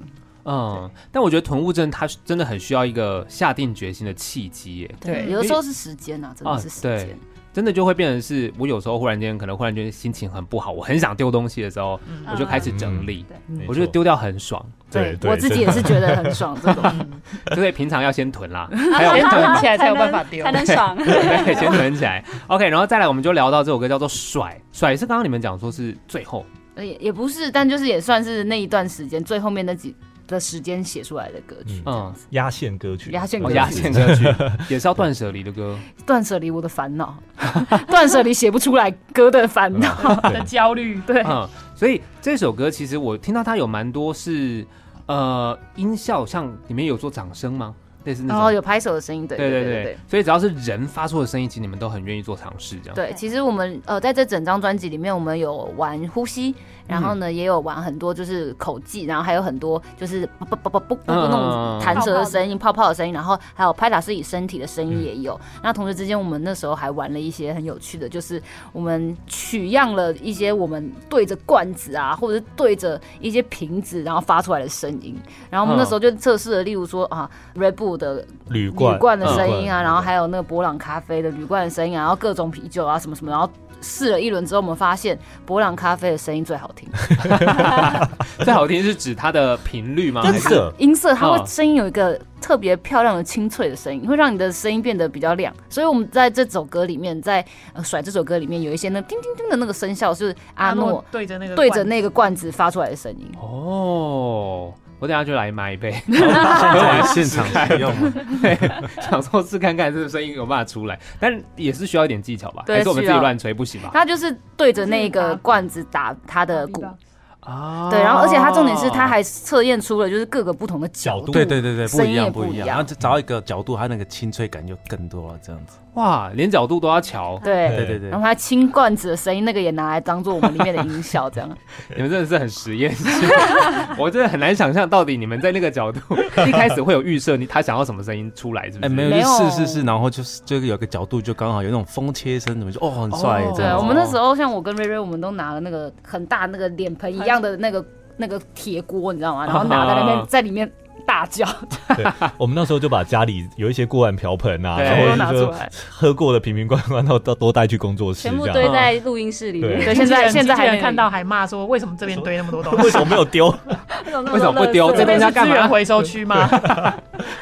S1: 嗯，但我觉得囤物症它真的很需要一个下定决心的契机耶，
S2: 对
S3: 有的时候是时间呐，真
S1: 啊
S3: 的是时
S1: 对
S3: 间。
S1: 真的就会变成是我有时候忽然间可能忽然间心情很不好，我很想丢东西的时候，
S3: 嗯
S1: 我就开始整理，
S4: 嗯没
S1: 我觉得
S4: 错
S1: 丢掉很爽，
S4: 对对
S3: 我自己也是觉得很爽这种。
S1: 所以平常要先囤 啦，还有
S2: 先囤起来才
S5: 才
S2: 有
S5: 能
S2: 办法丢
S5: 才。能爽。
S1: 对，先囤起来。OK，然后再来我们就聊到这首歌叫做《甩》，甩是刚刚你们讲说是最后，
S3: 呃也也不是，但就是也算是那一段时间最后面那几的时间写出来的歌曲。
S1: 嗯，
S4: 压线歌曲，
S3: 压线歌
S1: 哦
S3: 曲
S1: 压线歌 曲也是要断舍离的歌，
S3: 断舍离我的烦恼， 断舍离写不出来歌的烦恼。
S2: 的焦虑，对，
S1: 嗯，所以这首歌其实我听到它有蛮多是呃音效，像里面有做掌声吗？类似那
S3: 然
S1: 种，
S3: 后哦有拍手的声音，对
S1: 对
S3: 对
S1: 对对
S3: 对
S1: 所以只要是人发出的声音，其实你们都很愿意做尝试，这样。
S3: 对，其实我们呃，在这整张专辑里面，我们有玩呼吸，然后呢，也有玩很多就是口技，然后还有很多就是啵啵啵啵啵啵那种弹舌的声音、泡泡的声音，然后还有拍打自己身体的声音也有。那同时之间，我们那时候还玩了一些很有趣的，就是我们取样了一些我们对着罐子啊，或者是对着一些瓶子，然后发出来的声音。然后我们那时候就测试了，例如说啊，Red Bull 的
S4: 铝
S3: 铝
S4: 罐
S3: 罐的声音啊，
S4: 嗯
S3: 然后还有那个博朗咖啡的铝罐的声音啊，然后各种啤酒啊什么什么，然后试了一轮之后，我们发现博朗咖啡的声音最好 听，
S1: 最好听是指它的频率吗？还
S4: 音
S1: 是
S4: 色
S3: 音色它
S1: 哦
S3: 会声音有一个特别漂亮的清脆的声音，会让你的声音变得比较亮。所以我们在这首歌里面，在呃甩这首歌里面有一些那叮叮叮的那个声效，是阿诺
S2: 对着那个
S3: 对着那个罐子发出来的声音。
S1: 哦，我等下就来买一杯，
S6: 在现场使用吗？
S1: 想说试看看这个声音有办法出来，但也是需要一点技巧吧？
S3: 对
S1: 还是我们
S3: 需
S1: 自
S3: 要
S1: 己乱吹不行吧？
S3: 他就是对着那个罐子打他的鼓，
S1: 啊
S3: 对，然后而且他重点是他还测验出了就是各个不同的角
S4: 角
S3: 度
S4: 度，
S6: 对对对对，不一
S3: 声音也
S6: 样
S3: 不
S6: 不
S3: 一
S6: 一
S3: 样
S6: 样。然后就找一个角度，它那个清脆感就更多了，这样子。
S1: 哇，连角度都要瞧，
S3: 对
S6: 对对对
S3: 然，后他清罐子的声音，那个也拿来当做我们里面的音效，这样
S1: 你们真的是很实验 性，我真的很难想象到底你们在那个角度一开始会有预设，你他想要什么声音出来，是不
S6: 哎，
S1: 是？
S6: 没有，
S3: 没
S6: 就
S3: 有
S6: 试试试，然后就是这个有个角度就刚好有那种风切声，怎么就哦很帅
S1: 哦
S6: 这
S3: 对
S6: 样
S3: 我
S6: 子。
S3: 们那时候像我跟瑞瑞，我们都拿了那个很大那个脸盆一样的那个那个铁锅，你知道吗？然后拿在那
S1: 啊
S3: 边在里面
S2: 大叫，
S4: 我们那时候就把家里有一些锅碗瓢盆啊，
S1: 对
S4: 然后
S2: 都拿
S4: 就是
S2: 出
S4: 说
S2: 来。
S4: 喝过的瓶瓶罐罐都都都带去工作室，
S5: 全部
S4: 这
S5: 堆
S4: 样。
S5: 在录音室里面
S4: 对。
S2: 对，
S3: 现
S2: 现
S3: 在
S2: 在
S3: 现
S2: 现
S3: 在
S2: 在
S3: 还没
S2: 还
S3: 有
S2: 看到还骂说，为什么这边堆那么多东
S4: 为
S2: 西？
S4: 什么没有丢？
S1: 为什么不丢
S2: 这
S1: 这边
S2: 边
S1: 要
S2: 是
S1: 干
S2: 资
S1: 嘛
S2: 源回收区吗？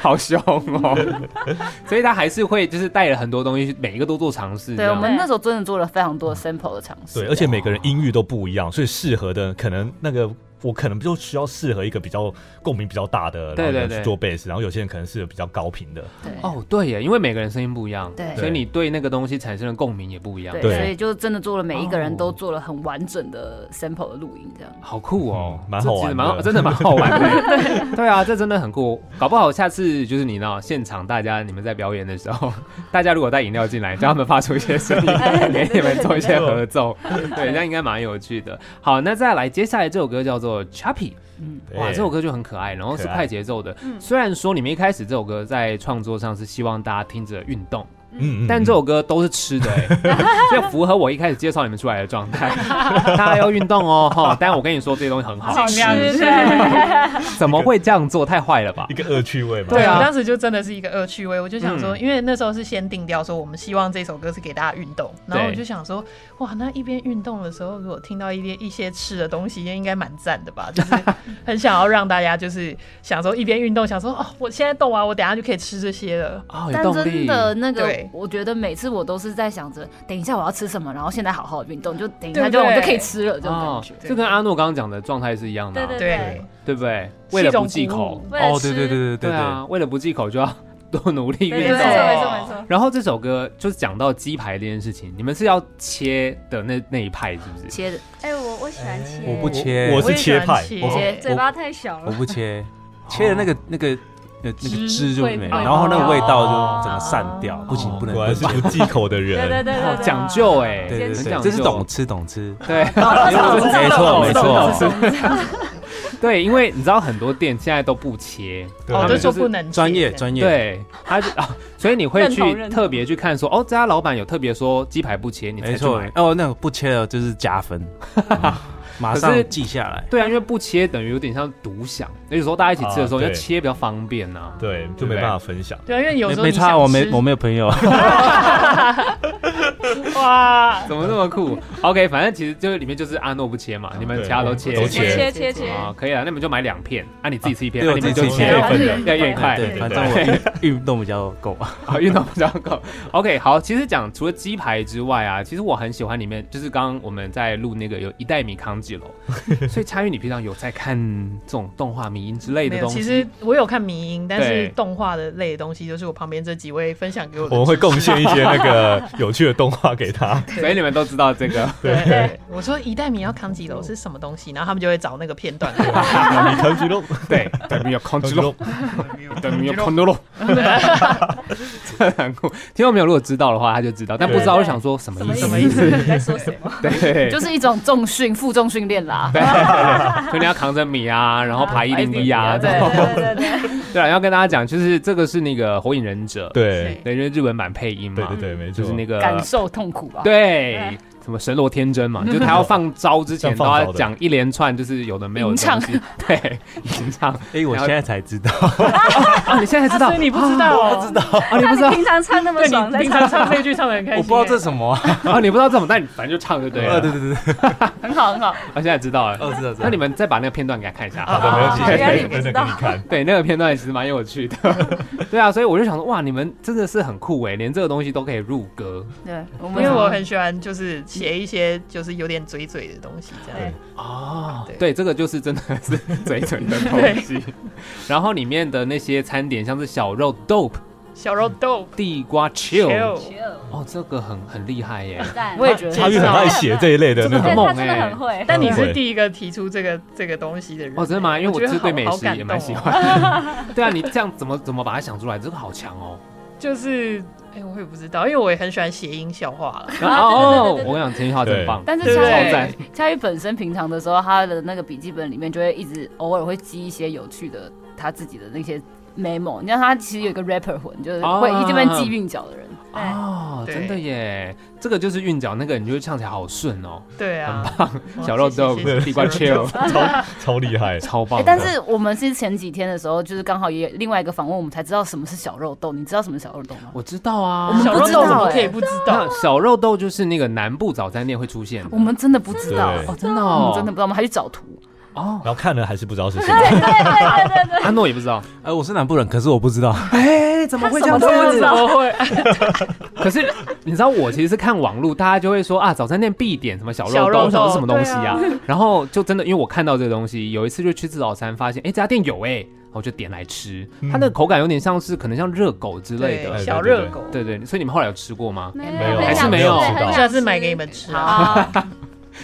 S1: 好凶哦！ 所以他还是会就是带了很多东西，每一个都做尝试。
S3: 对，我们
S5: 对
S3: 那时候真的做了非常多的 sample 的尝试。
S4: 对，而且每个人音域都不一样，所以适合的可能那个我可能就需要适合一个比较共鸣比较大的，然
S1: 对
S4: 后
S1: 对
S4: 有人去
S1: 对
S4: 做贝斯，然后有些人可能适合比较高频的。
S3: 对
S1: 哦，对耶，因为每个人声音不一样，
S3: 对
S1: 所以你对那个东西产生的共鸣也不一样。
S3: 对，
S4: 对
S3: 所以就真的做了每一个人都做了很完整的 sample 的录音，这样。
S1: 好酷哦，
S4: 嗯蛮好玩的
S1: 这其实蛮真的蛮好玩的。 对啊，这真的很酷。搞不好下次就是你呢，现场大家你们在表演的时候， 大家如果带饮料进来，叫他们发出一些 声音，给你们做一些合奏，对，那应该蛮有趣的。好，那再来，接下来这首歌叫做《Chappy》。哇，
S4: 对
S1: 这首歌就很可爱，然后是
S4: 可爱
S1: 快节奏的。
S3: 嗯
S1: 虽然说你们一开始这首歌在创作上是希望大家听着运动，
S4: 嗯
S1: 但这首歌都是吃的、 欸，所以符合我一开始介绍你们出来的状态。 大家要运动 哦，哈！但我跟你说，这些东西很好，
S2: 尽量
S5: 是
S2: 吃
S1: 怎么会这样做？太坏了吧
S4: 一？个恶趣味嘛。
S1: 对啊
S2: 我当时就真的是一个恶趣味，我就想说，
S1: 嗯
S2: 因为那时候是先定调说我们希望这首歌是给大家运动，然后我
S1: 对
S2: 就想说，哇，那一边运动的时候，如果听到一些一些吃的东西，应该蛮赞的吧？就是很想要让大家就是想说一边运动，想说哦，我现在动完，我等一下就可以吃这些了。
S1: 哦，有
S3: 但
S1: 动
S3: 真
S1: 力。
S3: 的那个
S2: 对，
S3: 我觉得每次我都是在想着，等一下我要吃什么，然后现在好好运动，就等一下
S2: 对
S3: 就我
S2: 对
S3: 就可以吃了，这种感
S1: 哦
S3: 觉，。
S1: 这跟阿诺刚刚讲的状态是一样的、啊，
S5: 对
S2: 对，
S1: 对不对？为了不忌
S2: 是一种
S1: 口
S2: 鼓，
S5: 为了
S6: 哦，对对对
S5: 吃，
S6: 对对
S1: 啊，为了不忌口就要多努力
S5: 对
S1: 运
S5: 对，
S1: 动
S5: 没错
S3: 对
S5: 没错没错。
S1: 然后这首歌就是讲到鸡排这件事情，你们是要切的那那一派是不是？
S3: 切的
S5: 哎，我我喜欢切，
S4: 我
S6: 不切
S4: 我
S2: 我
S4: 是
S2: 也喜
S4: 切
S2: 欢
S4: 派，
S2: 切
S4: 我
S3: 切
S5: 嘴巴太小了。
S6: 我不切，切了那个那个呃那个
S2: 汁
S6: 汁就
S2: 会
S6: 没，
S2: 会
S6: 然后那个
S2: 跑
S6: 味道
S2: 掉
S6: 就整个散掉，不行不能
S4: 果然
S6: 不
S4: 是
S6: 行。
S4: 不忌口的
S5: 对对
S4: 人。
S5: 对
S1: 好
S5: 对，对
S1: 讲究哎、
S6: 对对
S1: 很
S6: 对，
S1: 讲
S6: 这是
S1: 究
S6: 懂吃懂吃。
S1: 对，
S6: 哦没错没错，
S1: 对，因为你知道很多店现在都不切，
S4: 对
S2: 哦，
S1: 他
S2: 就
S1: 们就
S2: 说
S1: 是
S2: 不能
S6: 专业
S2: 切
S6: 专业。
S1: 对，他就啊，所以你会
S5: 认同认
S1: 去
S5: 同
S1: 特别去看说，哦，这家老板有特别说鸡排不切，你才
S6: 没
S1: 去
S6: 错
S1: 买。，
S6: 哦，那个不切了就是加分，嗯马
S1: 可
S6: 上
S1: 是
S6: 记下来。
S1: 对啊，因为不切等于有点像独享，有时候大家一起吃的时候
S4: 啊
S1: 要
S4: 对
S1: 切比较方便啊呐。
S4: 对，就没办法分享。
S2: 对啊，因为有
S6: 没
S2: 时候
S6: 没
S2: 你
S6: 差，
S2: 想
S6: 我没
S2: 吃
S6: 我没有朋友。
S2: 哇，
S1: 怎么那么酷 ？OK，反正其实就是里面就是阿诺不切
S6: 啊
S1: 嘛，你们
S4: 对
S1: 其他都
S4: 我
S1: 切。
S4: 都
S5: 切
S4: 切
S5: 切切切，
S1: 啊，可以了，那你们就买两片，啊，你自己吃一片，
S6: 对
S1: 啊
S6: 我
S1: 你们
S6: 自
S1: 就
S6: 己吃一片
S1: 切
S4: 对
S1: 越来越快。
S6: 对，
S4: 对
S6: 反正我运运动比较够啊。
S1: 啊， 运动比较够。OK，好，其实讲除了鸡排之外啊，其实我很喜欢里面，就是刚刚我们在录那个有一代米康吉楼，所以参与你平常有在看这种动画、迷音之类
S2: 没
S1: 的
S2: 有，
S1: 东西。
S2: 其实我有看迷音，但
S1: 对
S2: 是动画的类的东西，就是我旁边这几位分享给我的知识。
S4: 我们会贡献一些那个有趣的动画给他。
S1: 所以你们都知道这个
S2: 对，对，我说一代米要扛几楼是什么东西，然后他们就会找那个片段。
S4: 米康吉肉，
S1: 对，对米有康吉楼，对米有康吉楼，这很酷。听众朋友如果知道的话，他就知道，但不知道
S5: 对
S1: 会想说什么意
S5: 什
S1: 思？
S5: 么意思？你在说什么？
S1: 对，
S3: 就是一种重训、负重训练啦。
S1: 对， 就你要扛着米啊，然后爬一零一啊，
S3: 对
S1: 这
S5: 对
S1: 种
S5: 对对对对，
S1: 对啊，要跟大家讲，就是这个是那个《火影忍者》，
S4: 对
S1: 对，因为日文版配音
S4: 对
S1: 嘛
S4: 对，对，没错，
S1: 就是那个
S3: 感受痛苦吧。
S1: 啊对啊
S5: 对，
S1: 什么神罗天真嘛，就是他要放招之前
S4: 像
S1: 都
S4: 放招的
S1: 要讲一连串，就是有的没有的
S3: 吟唱
S1: 东西，对，吟 唱
S6: 哎，我
S1: 然后
S6: 现在才知道，
S1: 啊，你现在才知道
S2: 所以你不知道哦，
S6: 知道，
S1: 啊，你不知
S5: 那
S1: 道
S5: 你平常唱那么
S2: 对
S5: 爽，
S2: 你
S5: 在
S2: 平常唱这一句唱的很开心。
S6: 我不知道这是什么啊。
S1: 啊，你不知道这么，但你反正就唱就对了，
S6: 呃对对对对，
S3: 很好，很好。
S1: 啊，现在知道了。
S6: 哦知道知道。
S1: 那你们再把那个片段给他看一下，
S4: 呃好的，没问题，
S5: 啊原来你
S4: 可以
S5: 不
S4: 分
S5: 知
S4: 享
S5: 道
S4: 给你 看。
S1: 对，那个片段其实蛮有趣的， 对啊，所以我就想说，哇，你们真的是很酷哎，连这个东西都可以入歌
S3: 对，我
S2: 因
S3: 们
S2: 为我很喜欢，就是写一些就是有点嘴嘴的东西，这样
S5: 对
S4: 啊
S1: 哦
S2: 对
S1: 对，这个就是真的是嘴嘴的东西， 然后里面的那些餐点，像是小肉 dope、
S2: 小肉豆
S1: 地瓜 chill，
S5: Chill，
S1: 哦，这个很很厉害耶！
S5: 赞
S3: 我也觉得啊
S4: 他
S2: 他
S4: 是
S2: 是
S4: 很
S2: 很
S4: 爱
S2: 爱
S4: 写这一类的
S1: 真的
S4: 那
S1: 很
S5: 对
S4: 种，
S1: 猛
S5: 他真的
S1: 欸
S5: 很会，
S2: 但你
S4: 对
S2: 是第一个提出这个这个东西的人
S1: 哦，真的 吗？因为我
S2: 觉得
S1: 其实对
S2: 好
S1: 美
S2: 好
S1: 食
S2: 感
S1: 也蛮
S2: 动
S1: 喜
S2: 哦
S1: 欢。 对啊，你这样怎么怎么把它想出来？这个好强哦！
S2: 就是哎，我也不知道，因为我也很喜欢谐音笑话了。
S1: 然后
S5: 对对
S1: 哦
S5: 对，对
S1: 我跟你讲，田一浩真棒，
S3: 但是
S2: 对
S3: 佳
S1: 超
S2: 对
S1: 赞
S3: 宇，佳宇本身平常的时候，他的那个笔记本里面就会一直偶尔会记一些有趣的他自己的那些 memo。你知道他其实有一个 rapper 魂，就是会一直被记韵脚的人。
S5: 对，
S1: 哦，
S2: 对
S1: 真的耶，这个就是韵脚，那个你就会唱起来好顺哦。
S2: 对啊，哇
S1: 小肉
S2: 谢谢
S1: 豆
S2: 谢谢
S1: 地瓜哦
S2: 小肉
S1: chill，
S2: 豆
S4: 超超厉害。
S1: 超棒
S3: 哎
S1: 的。
S3: 但是我们是前几天的时候，就是刚好也另外一个访问，我们才知道什么是小肉豆。你知道什么是小肉豆吗？
S1: 我知道啊，
S3: 我们
S2: 小
S3: 不
S2: 肉
S3: 知
S2: 豆
S3: 道
S2: 怎么
S3: 欸
S2: 可以不知道
S1: 那？小肉豆就是那个南部早餐店会出现的。
S3: 我们真的不知道，
S4: 对
S1: 哦，真的
S3: 我
S1: 哦
S3: 们，真的不知道，我们还去找图。
S1: 哦，
S4: 然后看了还是不知道是什么，
S1: 安诺也不知道。
S6: 呃，我是南部人，可是我不知道。
S1: 哎，怎么会这样子？
S2: 我会，
S1: 可是你知道，我其实是看网络，大家就会说啊，早餐店必点什么小肉
S2: 小
S1: 豆，
S2: 肉豆
S1: 我想是什么东西啊？ 然后就真的，因为我看到这个东西，有一次就去吃早餐，发现哎、这家店有哎、然后就点来吃。它那个口感有点像是可能像热狗之类的，
S2: 对，
S4: 哎
S2: 小
S4: 对对
S2: 热狗，
S1: 对对所以你们后来有吃过 吗？
S5: 没
S3: 没有
S5: 很
S1: 还是
S5: 想
S1: 没有
S5: 吃对很想
S2: 下次买给你们吃啊。
S5: 好，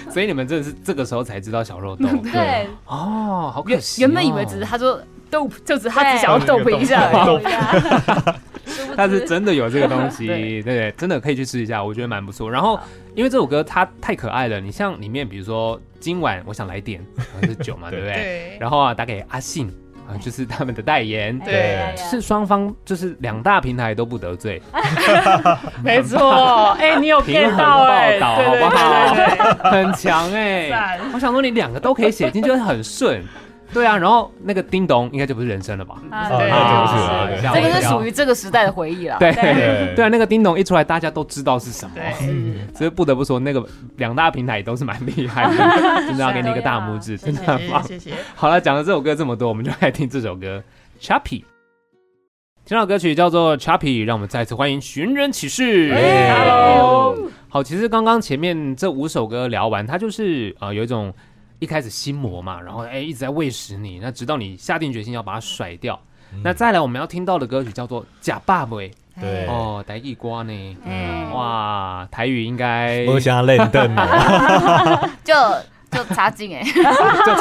S1: 所以你们真的是这个时候才知道小肉豆
S5: 对，
S1: 哦，好可
S3: 原
S1: 惜哦、
S3: 嗯原本以为只是他说豆，就只是他只想要
S4: 对
S3: 豆皮一下而已。
S5: 豆腐呀殊不知
S1: 它是真的有这个东西，对
S3: 对
S1: 对，真的可以去试一下，我觉得蛮不错。然后因为这首歌它太可爱了，你像里面比如说今晚我想来点，然后是酒 嘛，对
S4: 对
S1: 不对？
S2: 对，
S1: 然后啊打给阿信
S2: 哎
S1: 啊，就是他们的代言。
S5: 哎
S2: 对
S5: 呀呀
S1: 是双方就是两大平台都不得 罪，
S2: 没错，哎，你有
S1: 平衡
S2: get 到哎，
S1: 报道
S2: 对对
S1: 好不好
S2: 对对对
S1: 很强哎、
S2: 赞
S1: 我想说你两个都可以写进去，很 顺。对啊，然后那个叮咚应该就不是人声了
S2: 嗯
S1: 吧？
S5: 啊
S4: 对
S1: 啊
S4: 这个不是啊对
S1: 吓我
S3: 这
S1: 一
S3: 个是
S1: 跳
S3: 属于这个时代的回忆啦。
S1: 对
S4: 对
S1: 对啊，那个叮咚一出来，大家都知道是什么。
S2: 对
S3: 嗯，
S1: 所以不得不说，那个两大平台都是蛮厉害 的，真的要给你一个大拇指，真的很棒。
S2: 谢谢谢谢。
S1: 好了，讲了这首歌这么多，我们就来听这首歌《Chappy》。听到歌曲叫做《Chappy》，让我们再次欢迎寻人启事。
S4: 哎
S1: Hello，好，其实刚刚前面这五首歌聊完，它就是呃有一种一开始心魔嘛，然后哎一直在喂食你，那直到你下定决心要把它甩掉。
S4: 嗯
S1: 那再来我们要听到的歌曲叫做《假爸爸》
S2: 哎
S4: 对
S1: 哦，台语歌呢，
S3: 哎，
S1: 哇，台语应该
S4: 嗯我想练凳哦，
S3: 就就差劲 哎，
S1: 就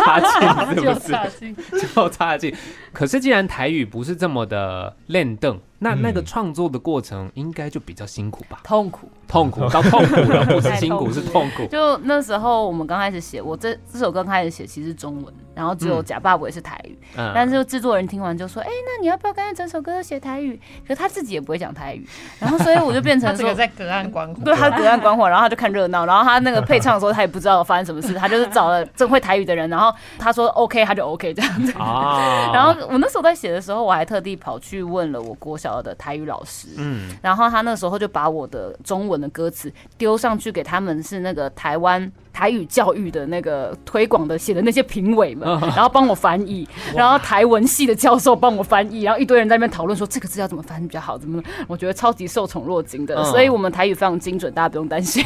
S1: 差劲，是
S2: 就
S1: 不 是？
S2: 差劲
S1: 就差劲。可是既然台语不是这么的练凳，那
S4: 嗯
S1: 那个创作的过程应该就比较辛苦 吧？
S3: 痛苦。
S1: 痛苦到痛苦 了，不是
S5: 太
S1: 辛
S5: 痛
S1: 苦
S5: 苦
S1: 是
S5: 了
S1: 痛苦。
S3: 就那时候我们刚开始写，我这这首歌刚开始写其实是中文，然后只有
S1: 嗯
S3: 假爸爸也是台语，但
S1: 嗯，
S3: 是制作人听完就说，哎、那你要不要干脆整首歌都写台语？可他自己也不会讲台语，然后所以我就变
S2: 他
S3: 成
S2: 整个
S3: 说。
S2: 在隔岸
S1: 啊
S2: 观火，
S3: 对他隔岸观火，然后他就看热闹，然后他那个配唱的时候，他也不知道发生什么事，他就是找了真会台语的人，然后他说 OK，他就 OK 这样子。
S1: 啊
S3: 然后我那时候在写的时候，我还特地跑去问了我国小的台语老师，
S1: 嗯，
S3: 然后他那时候就把我的中文的歌词丢上去给他们，是那个台湾台语教育的那个推广的写的那些评委
S1: 嗯
S3: 们，然后帮我翻译，然后台文系的教授帮我翻译，然后一堆人在那边讨论说这个字要怎么翻比较好，怎么我觉得超级受宠若惊的，
S1: 嗯
S3: 所以我们台语非常精准，大家不用担心。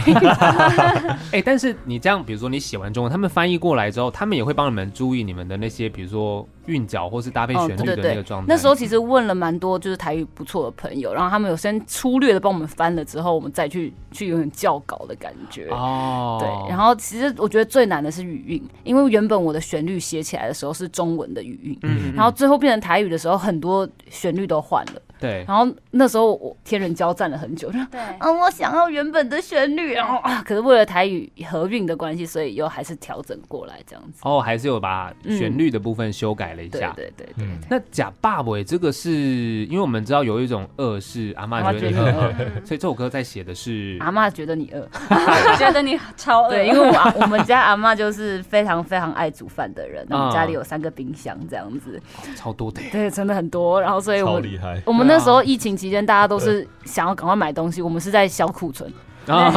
S1: 哎，但是你这样，比如说你写完中文，他们翻译过来之后，他们也会帮你们注意你们的那些，比如说韵脚或是搭配
S3: 哦，
S1: 旋律
S3: 对对
S1: 的那个
S3: 对
S1: 状态。，
S3: 那时候其实问了蛮多就是台语不错的朋友，然后他们有先粗略的帮我们翻了之后，我们再去去有点校稿的感觉。
S1: 哦，
S3: 对，然
S1: 后
S3: 后其实我觉得最难的是语韵，因为原本我的旋律写起来的时候是中文的语韵，
S1: 嗯
S3: 然后最后变成台语的时候，很多旋律都换了。
S1: 对，
S3: 然后那时候我天人交战了很 久，就
S5: 对，
S3: 嗯，我想要原本的旋律，然后啊，可是为了台语合韵的关系，所以又还是调整过来这样子。
S1: 哦，还是有把旋律的部分修改了一
S3: 嗯对
S1: 下。
S3: 对对对，
S4: 嗯，
S1: 那假爸爸这个是因为我们知道有一种恶是阿
S3: 阿
S1: 妈
S3: 嬷
S1: 觉得你
S3: 觉得你
S1: 恶
S3: 恶，
S1: 所以这首歌在写的是
S3: 阿妈觉得你饿，
S5: 觉得你超恶，
S3: 对，因为我阿我们家阿妈就是非常非常爱煮饭的人，我们家
S4: 啊
S3: 里有三个冰箱这样子，
S1: 超多的耶，
S3: 对，真的很多，然后所以我
S4: 超
S3: 们
S4: 厉害，
S3: 我们那
S4: 啊
S3: 时候疫情期间，大家都是想要赶快买东西，我们是在小库存，
S1: 啊，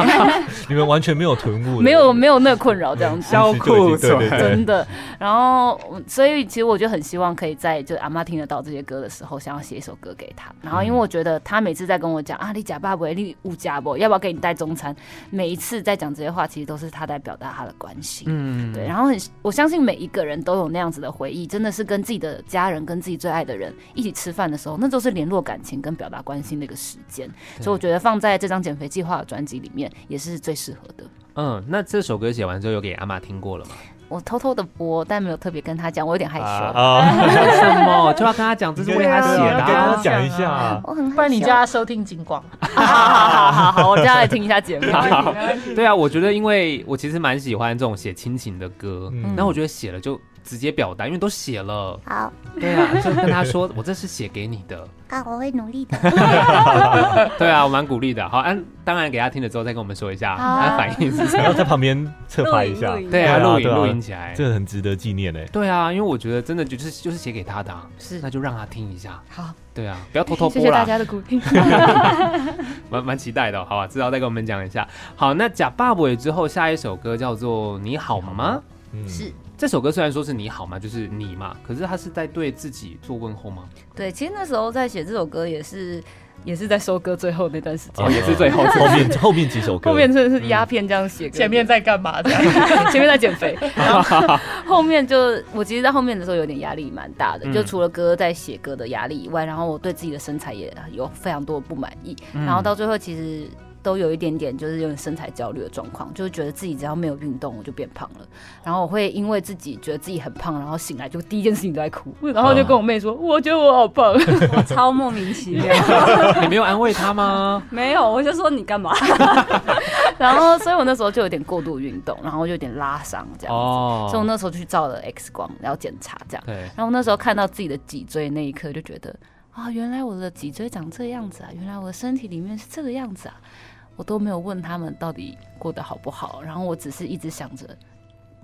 S4: 你们完全没有囤物的，
S3: 没有没有那个困扰这样子。
S1: 消库
S4: 对啊
S1: 存
S4: 对对对
S3: 真的，然后我所以其实我就很希望可以在就阿妈听得到这些歌的时候，想要写一首歌给她。然后
S4: 嗯
S3: 因为我觉得她每次在跟我讲啊，你假爸不，你五假不，要不要给你带中餐？每一次在讲这些话，其实都是她在表达她的关心。
S1: 嗯，
S3: 对，然后很，我相信每一个人都有那样子的回忆，真的是跟自己的家人、跟自己最爱的人一起吃饭的时候，那都是联络感情跟表达关心的一个时间。
S1: 对
S3: 所以我觉得放在这张减肥计划的专辑里面，也是最适合的。
S1: 嗯，那这首歌写完之后有给阿妈听过了吗？
S3: 我偷偷的播，但没有特别跟他讲，我有点害 羞。
S4: 啊，
S1: 为什么就要跟他讲这
S4: 这
S1: 是为他写
S2: 对
S1: 的
S2: 啊
S4: 跟
S1: 啊？
S4: 他讲一下啊，
S3: 我很害羞，
S2: 不然 你叫他收听警广，
S3: 好好好好好，我叫他来听一下 节目。
S1: 对啊，我觉得因为我其实蛮喜欢这种写亲情的歌，
S4: 嗯
S1: 然后我觉得写了就直接表达，因为都写了。
S7: 好，
S1: 对啊，就跟他说，我这是写给你的。
S7: 那啊我会努力 的。
S1: 对啊，我蛮鼓励的。好，安、当然给他听了之后再跟我们说一下，
S7: 好啊
S1: 他反应是什
S4: 然后
S1: 么。
S4: 在旁边侧拍一下
S5: 录，影
S1: 对
S4: 对
S1: 啊，
S4: 啊
S1: 录影
S4: 对啊
S1: 录影起来。
S4: 这个很值得纪念诶。
S1: 对啊，因为我觉得真的就是就是写给他的、啊，是那就让他听一下。
S2: 好，
S1: 对啊，不要偷偷
S8: 谢
S1: 播
S8: 谢
S1: 啦
S8: 大，家的鼓励。
S1: 蛮蛮期待的哦、好吧、至少再跟我们讲一下。好，那假爸尾之后下一首歌叫做《你好吗》。
S4: 嗯，
S3: 是
S1: 这首歌虽然说是你好吗，就是你嘛，可是他是在对自己做问候吗？
S3: 对，其实那时候在写这首歌也是也是在收歌最后那段时间
S1: 哦，，也是最后
S4: 啊后面后面几首
S1: 哦
S4: 歌，
S8: 后面真的
S1: 嗯
S8: 是鸦片这样写歌，
S2: 前面在干嘛的？
S8: 前面在减 肥，
S3: 后面就我其实，在后面的时候有点压力蛮大的，
S1: 嗯
S3: 就除了歌在写歌的压力以外，然后我对自己的身材也有非常多的不满意，
S8: 嗯
S3: 然后到最后其实。都有一点点，就是有点身材焦虑的状况，就是觉得自己只要没有运动，我就变胖了。然后我会因为自己觉得自己很胖，然后醒来就第一件事情都在哭，
S8: 然后就跟我妹说，嗯 我觉得我好胖，
S5: 我超莫名其 妙。
S1: 你没有安慰他吗？
S5: 没有，我就说你干嘛？
S3: 然后所以我那时候就有点过度运动，然后就有点拉伤这样子。
S1: 哦，
S3: 所以我那时候就去照了 X 光，然后检查这样。
S1: 对，
S3: 然后那时候看到自己的脊椎那一刻，就觉得啊，原来我的脊椎长这样子啊，原来我的身体里面是这个样子啊，我都没有问他们到底过得好不好，然后我只是一直想着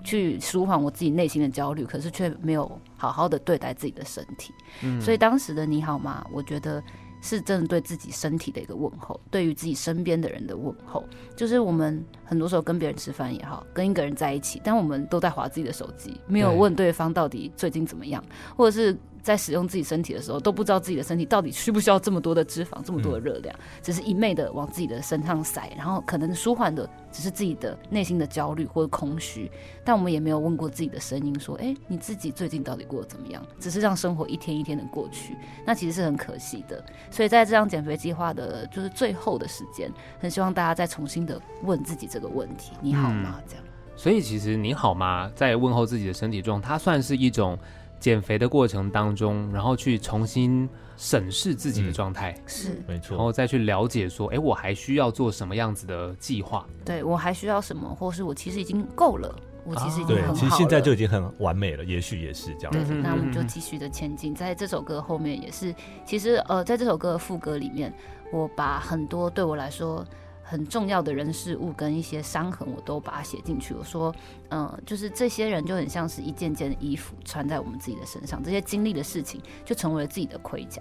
S3: 去舒缓我自己内心的焦虑，可是却没有好好的对待自己的身体。
S1: 嗯
S3: 所以当时的你好吗？我觉得是真的对自己身体的一个问候，对于自己身边的人的问候。就是我们很多时候跟别人吃饭也好，跟一个人在一起，但我们都在划自己的手机，没有
S1: 对
S3: 问对方到底最近怎么样，或者是。在使用自己身体的时候，都不知道自己的身体到底需不需要这么多的脂肪、这么多的热量，只是一昧的往自己的身上塞，然后可能舒缓的只是自己的内心的焦虑或者空虚，但我们也没有问过自己的声音，说，哎、你自己最近到底过得怎么样？只是让生活一天一天的过去，那其实是很可惜的。所以在这样减肥计划的，就是最后的时间，很希望大家再重新的问自己这个问题：你好
S4: 嗯
S3: 吗？这样。
S1: 所以其实你好吗，在问候自己的身体中，它算是一种减肥的过程当中，然后去重新审视自己的状态，
S3: 是
S4: 没
S1: 然
S4: 错，
S1: 后再去了解说，哎，我还需要做什么样子的计划？
S3: 对我还需要什么，或是我其实已经够了，我其实已经
S4: 啊对
S3: 很好，了。
S4: 其实现在就已经很完美了，也许也是这样嗯
S3: 对
S4: 子。，
S3: 那我们就继续的前进。在这首歌后面也是，其实呃，在这首歌的副歌里面，我把很多对我来说很重要的人事物跟一些伤痕，我都把它写进去。我说，嗯、就是这些人就很像是一件件衣服穿在我们自己的身上，这些经历的事情就成为了自己的盔甲。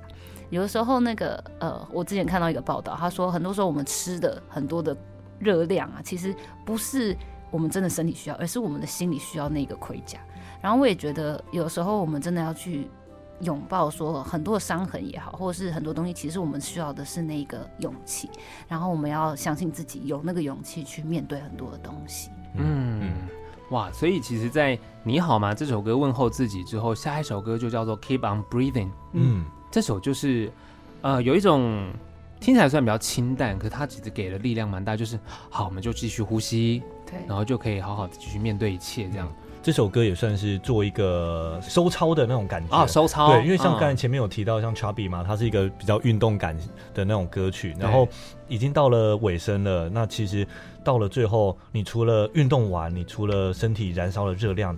S3: 有的时候，那个呃，我之前看到一个报道，他说，很多时候我们吃的很多的热量啊，其实不是我们真的身体需要，而是我们的心理需要那个盔甲。然后我也觉得，有时候我们真的要去拥抱，说很多伤痕也好，或者是很多东西，其实我们需要的是那个勇气。然后我们要相信自己有那个勇气去面对很多的东西。
S1: 嗯。哇，所以其实，在《你好吗》这首歌问候自己之后，下一首歌就叫做《Keep on Breathing》。
S4: 嗯，
S1: 这首就是，呃，有一种听起来虽然比较清淡，可是它其实给的力量蛮大，就是好，我们就继续呼吸，
S3: 对
S1: 然后就可以好好的继续面对一切这样。
S4: 这首歌也算是做一个收操的那种感觉
S1: 啊，收操，
S4: 对，因为像
S1: 嗯
S4: 刚才前面有提到，像 Chubby 嘛，它是一个比较运动感的那种歌曲，然后已经到了尾声了。那其实到了最后，你除了运动完，你除了身体燃烧了热量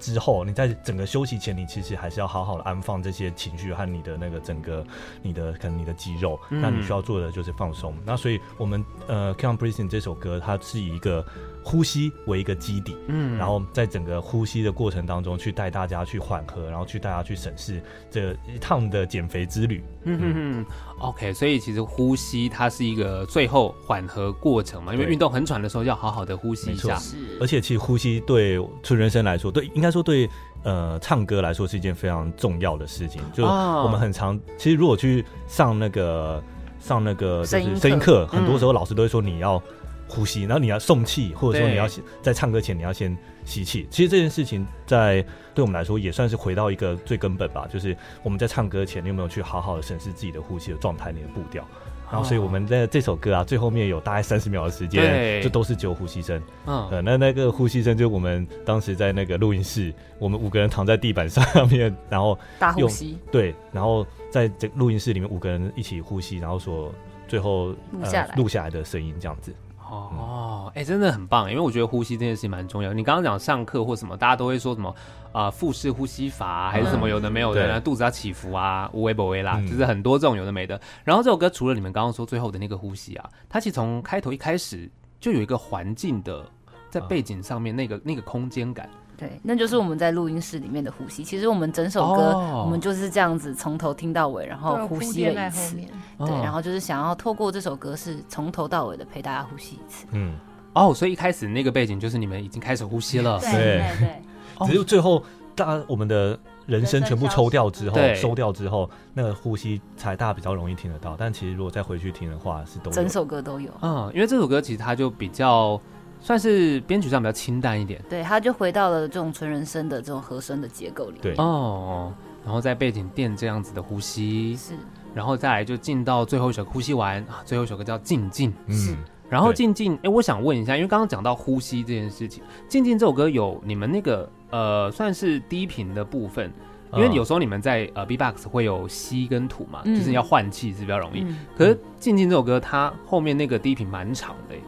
S4: 之后，你在整个休息前，你其实还是要好好的安放这些情绪和你的那个整个你的可能你的肌肉。
S1: 嗯
S4: 那你需要做的就是放松。那所以我们呃《Count Breathing》这首歌，它是以一个呼吸为一个基底，
S1: 嗯
S4: 然后在整个呼吸的过程当中，去带大家去缓和，然后去带大家去审视这一趟的减肥之旅。
S1: 嗯嗯嗯，OK，所以其实呼吸它是一个最后缓和过程嘛，因为
S4: 对
S1: 运动很喘的时候要好好的呼吸一下
S4: 没错，而且，其实呼吸对纯人生来说，对应该说对呃唱歌来说是一件非常重要的事情。就
S1: 哦
S4: 我们很常，其实如果去上那个上那个就
S2: 声音
S4: 是
S2: 课
S4: 声音课，很多
S1: 嗯
S4: 时候老师都会说你要。呼吸，然后你要送气，或者说
S1: 对
S4: 你要先在唱歌前你要先吸气。其实这件事情在对我们来说也算是回到一个最根本吧，就是我们在唱歌前，你有没有去好好的审视自己的呼吸的状态、你的步调？
S1: 哦
S4: 然后，所以我们在这首歌啊，最后面有大概三十秒的时
S1: 对
S4: 间，就都是只有呼吸声。
S1: 嗯，
S4: 呃，那那个呼吸声就我们当时在那个录音室，我们五个人躺在地板上面，然后
S8: 大呼
S4: 用
S8: 吸，
S4: 对，然后在这录音室里面五个人一起呼吸，然后所最后呃
S3: 录下来
S4: 录下来的声音这样子。
S1: 哦，哎、真的很棒，因为我觉得呼吸这件事情蛮重要。你刚刚讲上课或什么，大家都会说什么啊、腹式呼吸法、啊、还是
S3: 嗯
S1: 什么有的没有的，
S4: 对
S1: 然后肚子要起伏啊，无微不微啦，
S4: 嗯
S1: 就是很多这种有的没的。然后这首歌除了你们刚刚说最后的那个呼吸啊，它其实从开头一开始就有一个环境的。在
S4: 嗯
S1: 背景上面那个那个空间感，
S3: 对，那就是我们在录音室里面的呼吸。其实我们整首歌，
S1: 哦
S3: 我们就是这样子从头听到尾，然
S2: 对
S3: 后呼吸
S2: 垫
S3: 了
S2: 在
S3: 一
S2: 后
S3: 次。
S2: 面。
S3: 对，
S4: 哦
S3: 然
S1: 后
S3: 后就是想要透过这首歌是从头到尾的陪大家呼吸一次。
S4: 嗯，
S1: 哦，所以一开始那个背景就是你们已经开始呼吸了，
S5: 对
S4: 对
S5: 对对，
S1: 哦
S4: 只是最后大家我们的人声全部抽掉之后
S1: 对，
S4: 收掉之后，那个呼吸才大家比较容易听得到。但其实如果再回去听的话，是都有
S3: 整首歌都有。
S1: 嗯，因为这首歌其实它就比较算是编曲上比较清淡一点
S3: 对，他就回到了这种纯人声的这种和声的结构里。
S4: 对
S1: 哦，然后在背景垫这样子的呼吸，
S3: 是
S1: 然后再来就进到最后一首呼吸完啊，最后一首歌叫静静，
S4: 嗯。
S1: 然后
S4: 对
S1: 静静，哎，我想问一下，因为刚刚讲到呼吸这件事情，静静这首歌有你们那个呃算是低频的部分。因为
S4: 嗯
S1: 有时候你们在呃 B-box 会有吸跟吐嘛，
S3: 嗯
S1: 就是你要换气是比较容易。
S3: 嗯，
S1: 可是《静静》这首歌，它后面那个低频蛮长的欸，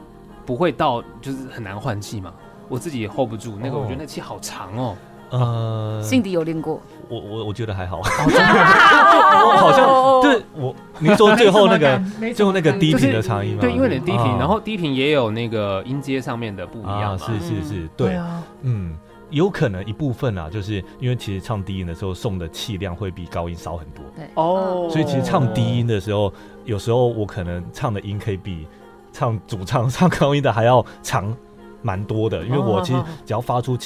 S1: 不会到就是很难换气嘛？我自己也 hold 不住，那个
S4: 哦
S1: 我觉得那气好长哦。
S4: 呃，
S3: 辛迪有练过，
S4: 我我我觉得还好，
S1: 哦
S4: 我
S5: 哦
S4: 好像对我，您说最后 那个
S2: 没什
S4: 最
S2: 么
S4: 后那个
S2: 感觉
S4: 低频的长音吗？
S1: 对，因为你的低频，
S4: 啊
S1: 然后低频也有那个音阶上面的不一样
S4: 啊，
S1: 嘛。
S4: 是是是，
S2: 对
S4: 对，
S2: 啊，
S4: 嗯。有可能一部分啊，就是因为其实唱低音的时候送的气量会比高音少很多，
S1: 哦，
S4: 所以其实唱低音的时候，有时候我可能唱的音可以比唱主唱唱高音的还要长蛮多的，因为我其实只要发出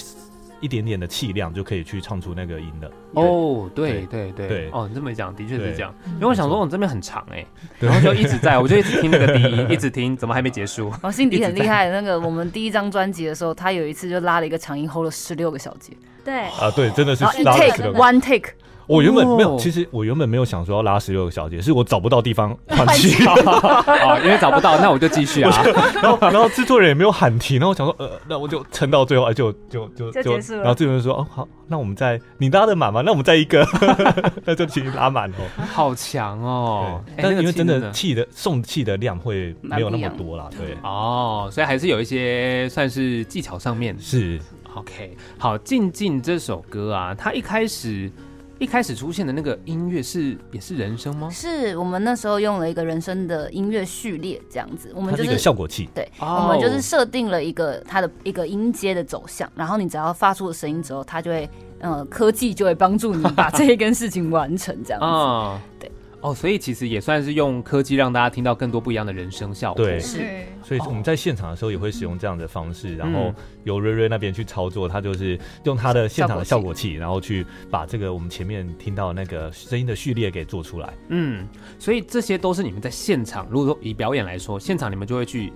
S4: 一点点的气量就可以去唱出那个音的。
S1: 哦，对对对
S4: 对
S1: 哦，你这么一讲的确是
S4: 对
S1: 这样，因为我想说我这边很长哎，
S4: 对
S1: 然后就一直在，我就一直听那个低音，一直听，怎么还没结束？
S3: 然后辛迪很厉害。那个我们第一张专辑的时候，他有一次就拉了一个长音，hold 了十六个小 节，
S5: 对，
S4: 啊，对，真的是
S3: 然后一
S4: 拉了十
S3: take
S4: 六个。
S3: one take，
S4: 我原本没
S1: 哦
S4: 有，其实我原本没有想说要拉十六个小节，是我找不到 地方换气，
S1: 哦，因为找不到，那我就继续啊。
S4: 然后然后制作人也没有喊停，然后我想说，呃，那我就撑到最后，哎，就就就
S5: 就结束了
S4: 然后制作人说，哦，好，那我们再你拉的满吗？那我们再一个， 那就请你拉满哦。
S1: 好强哦！哎
S4: 但
S1: 那个
S4: 因为
S1: 气
S4: 真的
S1: 呢
S4: 气的送气的量会没有那么多啦，对，
S1: 哦，所以还是有一些算是技巧上面
S4: 是
S1: OK，好，《静静》这首歌啊，它一开始一开始出现的那个音乐是也是人声吗？
S3: 是我们那时候用了一个人声的音乐序列这样子，我们
S4: 它
S3: 就是
S4: 一个哦
S3: 是
S4: 效果器，
S3: 对，
S1: 哦
S3: 我们就是设定了一个它的一个音阶的走向，然后你只要发出的声音之后，它就会，呃，科技就会帮助你把这一件事情完成这样子。
S1: 啊，
S3: 对，
S1: 哦，所以其实也算是用科技让大家听到更多不一样的人声效果。
S4: 对
S3: 是
S2: 对
S4: 所以我们在现场的时候也会使用这样的方式，然后由瑞瑞那边去操作，他就是用他的现场的效果器，然后去把这个我们前面听到的那个声音的序列给做出来。
S1: 嗯，所以这些都是你们在现场，如果说以表演来说，现场你们就会去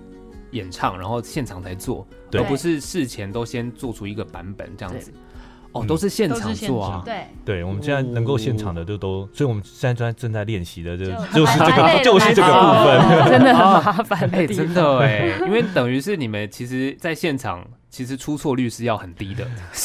S1: 演唱，然后现场才做，
S4: 对
S1: 而不是事前都先做出一个版本这样子。哦，
S4: 嗯
S1: 都是现
S2: 都是
S1: 场
S2: 现
S1: 做啊。
S5: 对，
S4: 对，我们现在能够现
S1: 哦
S4: 场的就都，所以我们现在正在正在练习的就
S5: 就
S4: 就是这
S5: 蛮
S4: 个
S5: 累的
S4: 就是这个
S5: 蛮
S4: 部
S5: 累
S4: 分。
S3: 真的很麻烦
S1: 哎、
S3: 的地方。
S1: 真的哎、因为等于是你们其实在现场，其实出错率是要很低的。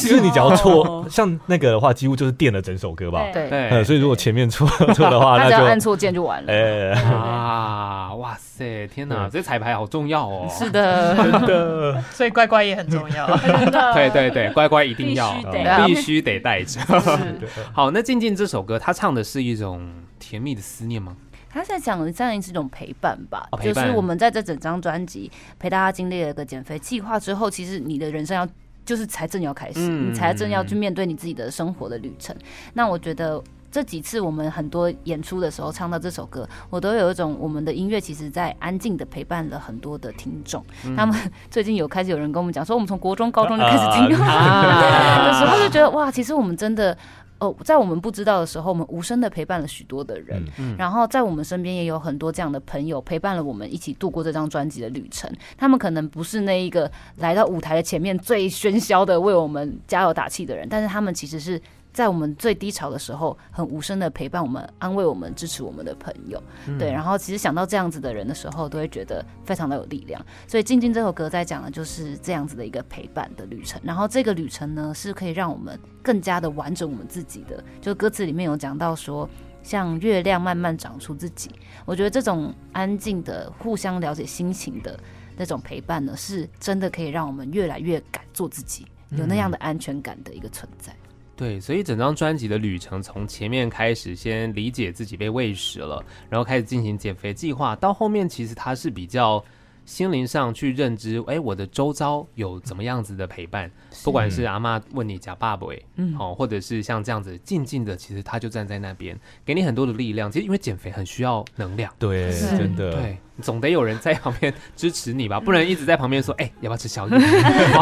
S4: 因为你只要错，像那个的话，几乎就是垫了整首歌吧。
S5: 对，
S1: 哎对，
S4: 呃，所以如果前面错错 的话，
S3: 他
S4: 那
S3: 只要按
S4: 就
S3: 错键就完了。
S4: 哎，
S1: 啊，哇塞，天哪，这彩排好重要哦。
S3: 是的，
S2: 所以乖乖也很重要。
S3: 呃
S1: 对对对，乖乖一定要
S5: 必须
S1: 嗯
S5: 得
S3: 啊
S1: 必须得带着。
S4: 对
S1: 好，那静静这首歌，她唱的是一种甜蜜的思念吗？
S3: 他在讲的这样一种陪伴吧
S1: 哦，陪
S3: 就
S1: 伴
S3: 是我们在这整张专辑陪大家经历了一个减肥计划之后，其实你的人生要。就是才正要开始，
S1: 嗯
S3: 你才正要去面对你自己的生活的旅程。那我觉得这几次我们很多演出的时候唱到这首歌，我都有一种我们的音乐其实在安静的陪伴了很多的听众。
S1: 嗯
S3: 他们 最近有开始有人跟我们讲说，我们从国中、高中就开始听
S4: 啊
S3: 的时
S1: 啊
S3: 候就觉得哇，其实我们真的。哦，在我们不知道的时候，我们无声的陪伴了许多的人，
S1: 嗯嗯
S3: 然后在我们身边也有很多这样的朋友陪伴了我们一起度过这张专辑的旅程。他们可能不是那一个来到舞台的前面最喧嚣的为我们加油打气的人，但是他们其实是在我们最低潮的时候，很无声的陪伴我们、安慰我们、支持我们的朋友。
S1: 嗯
S3: 对，然后其实想到这样子的人的时候，都会觉得非常的有力量。所以《静静》这首歌在讲的就是这样子的一个陪伴的旅程。然后这个旅程呢，是可以让我们更加的完整我们自己的。就歌词里面有讲到说，像月亮慢慢长出自己。我觉得这种安静的、互相了解心情的那种陪伴呢，是真的可以让我们越来越敢做自己，有那样的安全感的一个存在。
S1: 对，所以整张专辑的旅程从前面开始，先理解自己被喂食了，然后开始进行减肥计划，到后面其实它是比较心灵上去认知，哎，我的周遭有怎么样子的陪伴，不管是阿嬷问你假爸爸，嗯，哦，或者是像这样子静静的，其实他就站在那边，给你很多的力量。其实因为减肥很需要能量，
S4: 对，
S2: 是
S4: 真的，
S1: 对，总得有人在旁边支持你吧，不能一直在旁边说，哎，要不要吃 宵夜？啊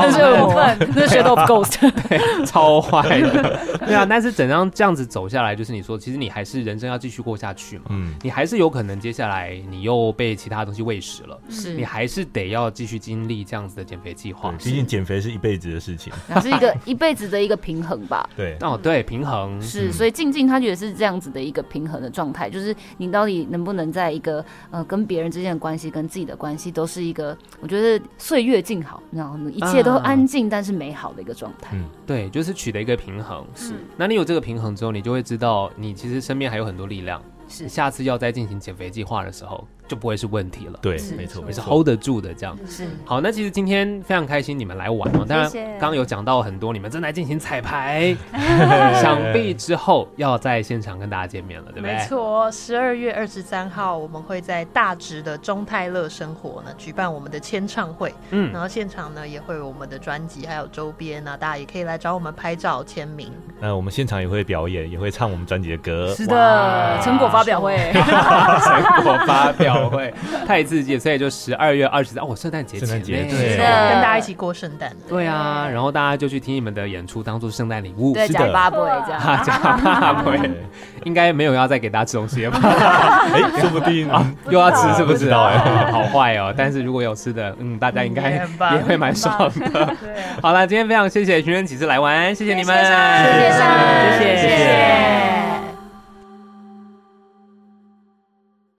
S8: 那是我，那是 Shadow of Ghost。
S1: 超坏的， 对啊。但是整张这样子走下来，就是你说，其实你还是人生要继续过下去嘛，
S4: 嗯，
S1: 你还是有可能接下来你又被其他东西喂食了，你
S3: 是，
S1: 还是得要继续经历这样子的减肥计划
S4: 对，。毕竟减肥是一辈子的事情，
S3: 那是一个一辈子的一个平衡吧。
S4: 对，
S1: 哦，对，平
S4: 嗯
S1: 衡
S3: 是，所以静静她觉得是这样子的一个平衡的状态，就是你到底能不能在一个呃跟别人之间的关系跟自己的关系都是一个，我觉得岁月静好，然后一切都
S1: 啊
S3: 安静但是美好的一个状态。
S4: 嗯
S1: 对，就是取得一个平衡。
S5: 是
S1: 那你有这个平衡之后，你就会知道，你其实身边还有很多力量。
S3: 是
S1: 你下次要再进行减肥计划的时候，就不会是问题了，
S4: 对
S3: 是，
S4: 没错，没
S1: 你是
S4: 错。
S1: hold 得住的这样。
S3: 是
S1: 好，那其实今天非常开心你们来玩哦。当然
S5: 谢，谢
S1: 刚刚有讲到很多，你们正在进行彩排，想必之后要在现场跟大家见面了，对不 对？
S2: 没错，十二月二十三号，我们会在大直的中泰乐生活呢举办我们的签唱会，
S1: 嗯
S2: 然后现场呢也会有我们的专辑还有周边啊，大家也可以来找我们拍照签名。
S4: 那我们现场也会表演，也会唱我们专辑的歌，
S8: 是的，成果发表会，
S1: 成果发表会太刺激了，所以就十二月二十三，哦，圣诞节前
S4: 圣诞节
S1: 呢
S4: 对
S5: 是的
S2: 跟大家一起过圣诞。
S1: 对啊，然后大家就去听你们的演出，当做圣诞礼物。
S3: 对，
S4: 是的
S3: 假八不会这样。
S1: 哈哈 哈不会
S4: 对，
S1: 应该没有要再给大家吃东西了吧？
S4: 哎，说不定
S1: 又要吃是不是？
S4: 不知道哎
S1: 好坏哦！但是如果有吃的，嗯，大家应该
S2: 嗯也很棒
S1: 也会蛮爽的。
S2: 对啊
S1: 好了，今天非常谢谢寻人启事来玩，谢谢你们，
S5: 谢谢
S1: 谢
S5: 谢
S1: 谢
S5: 谢。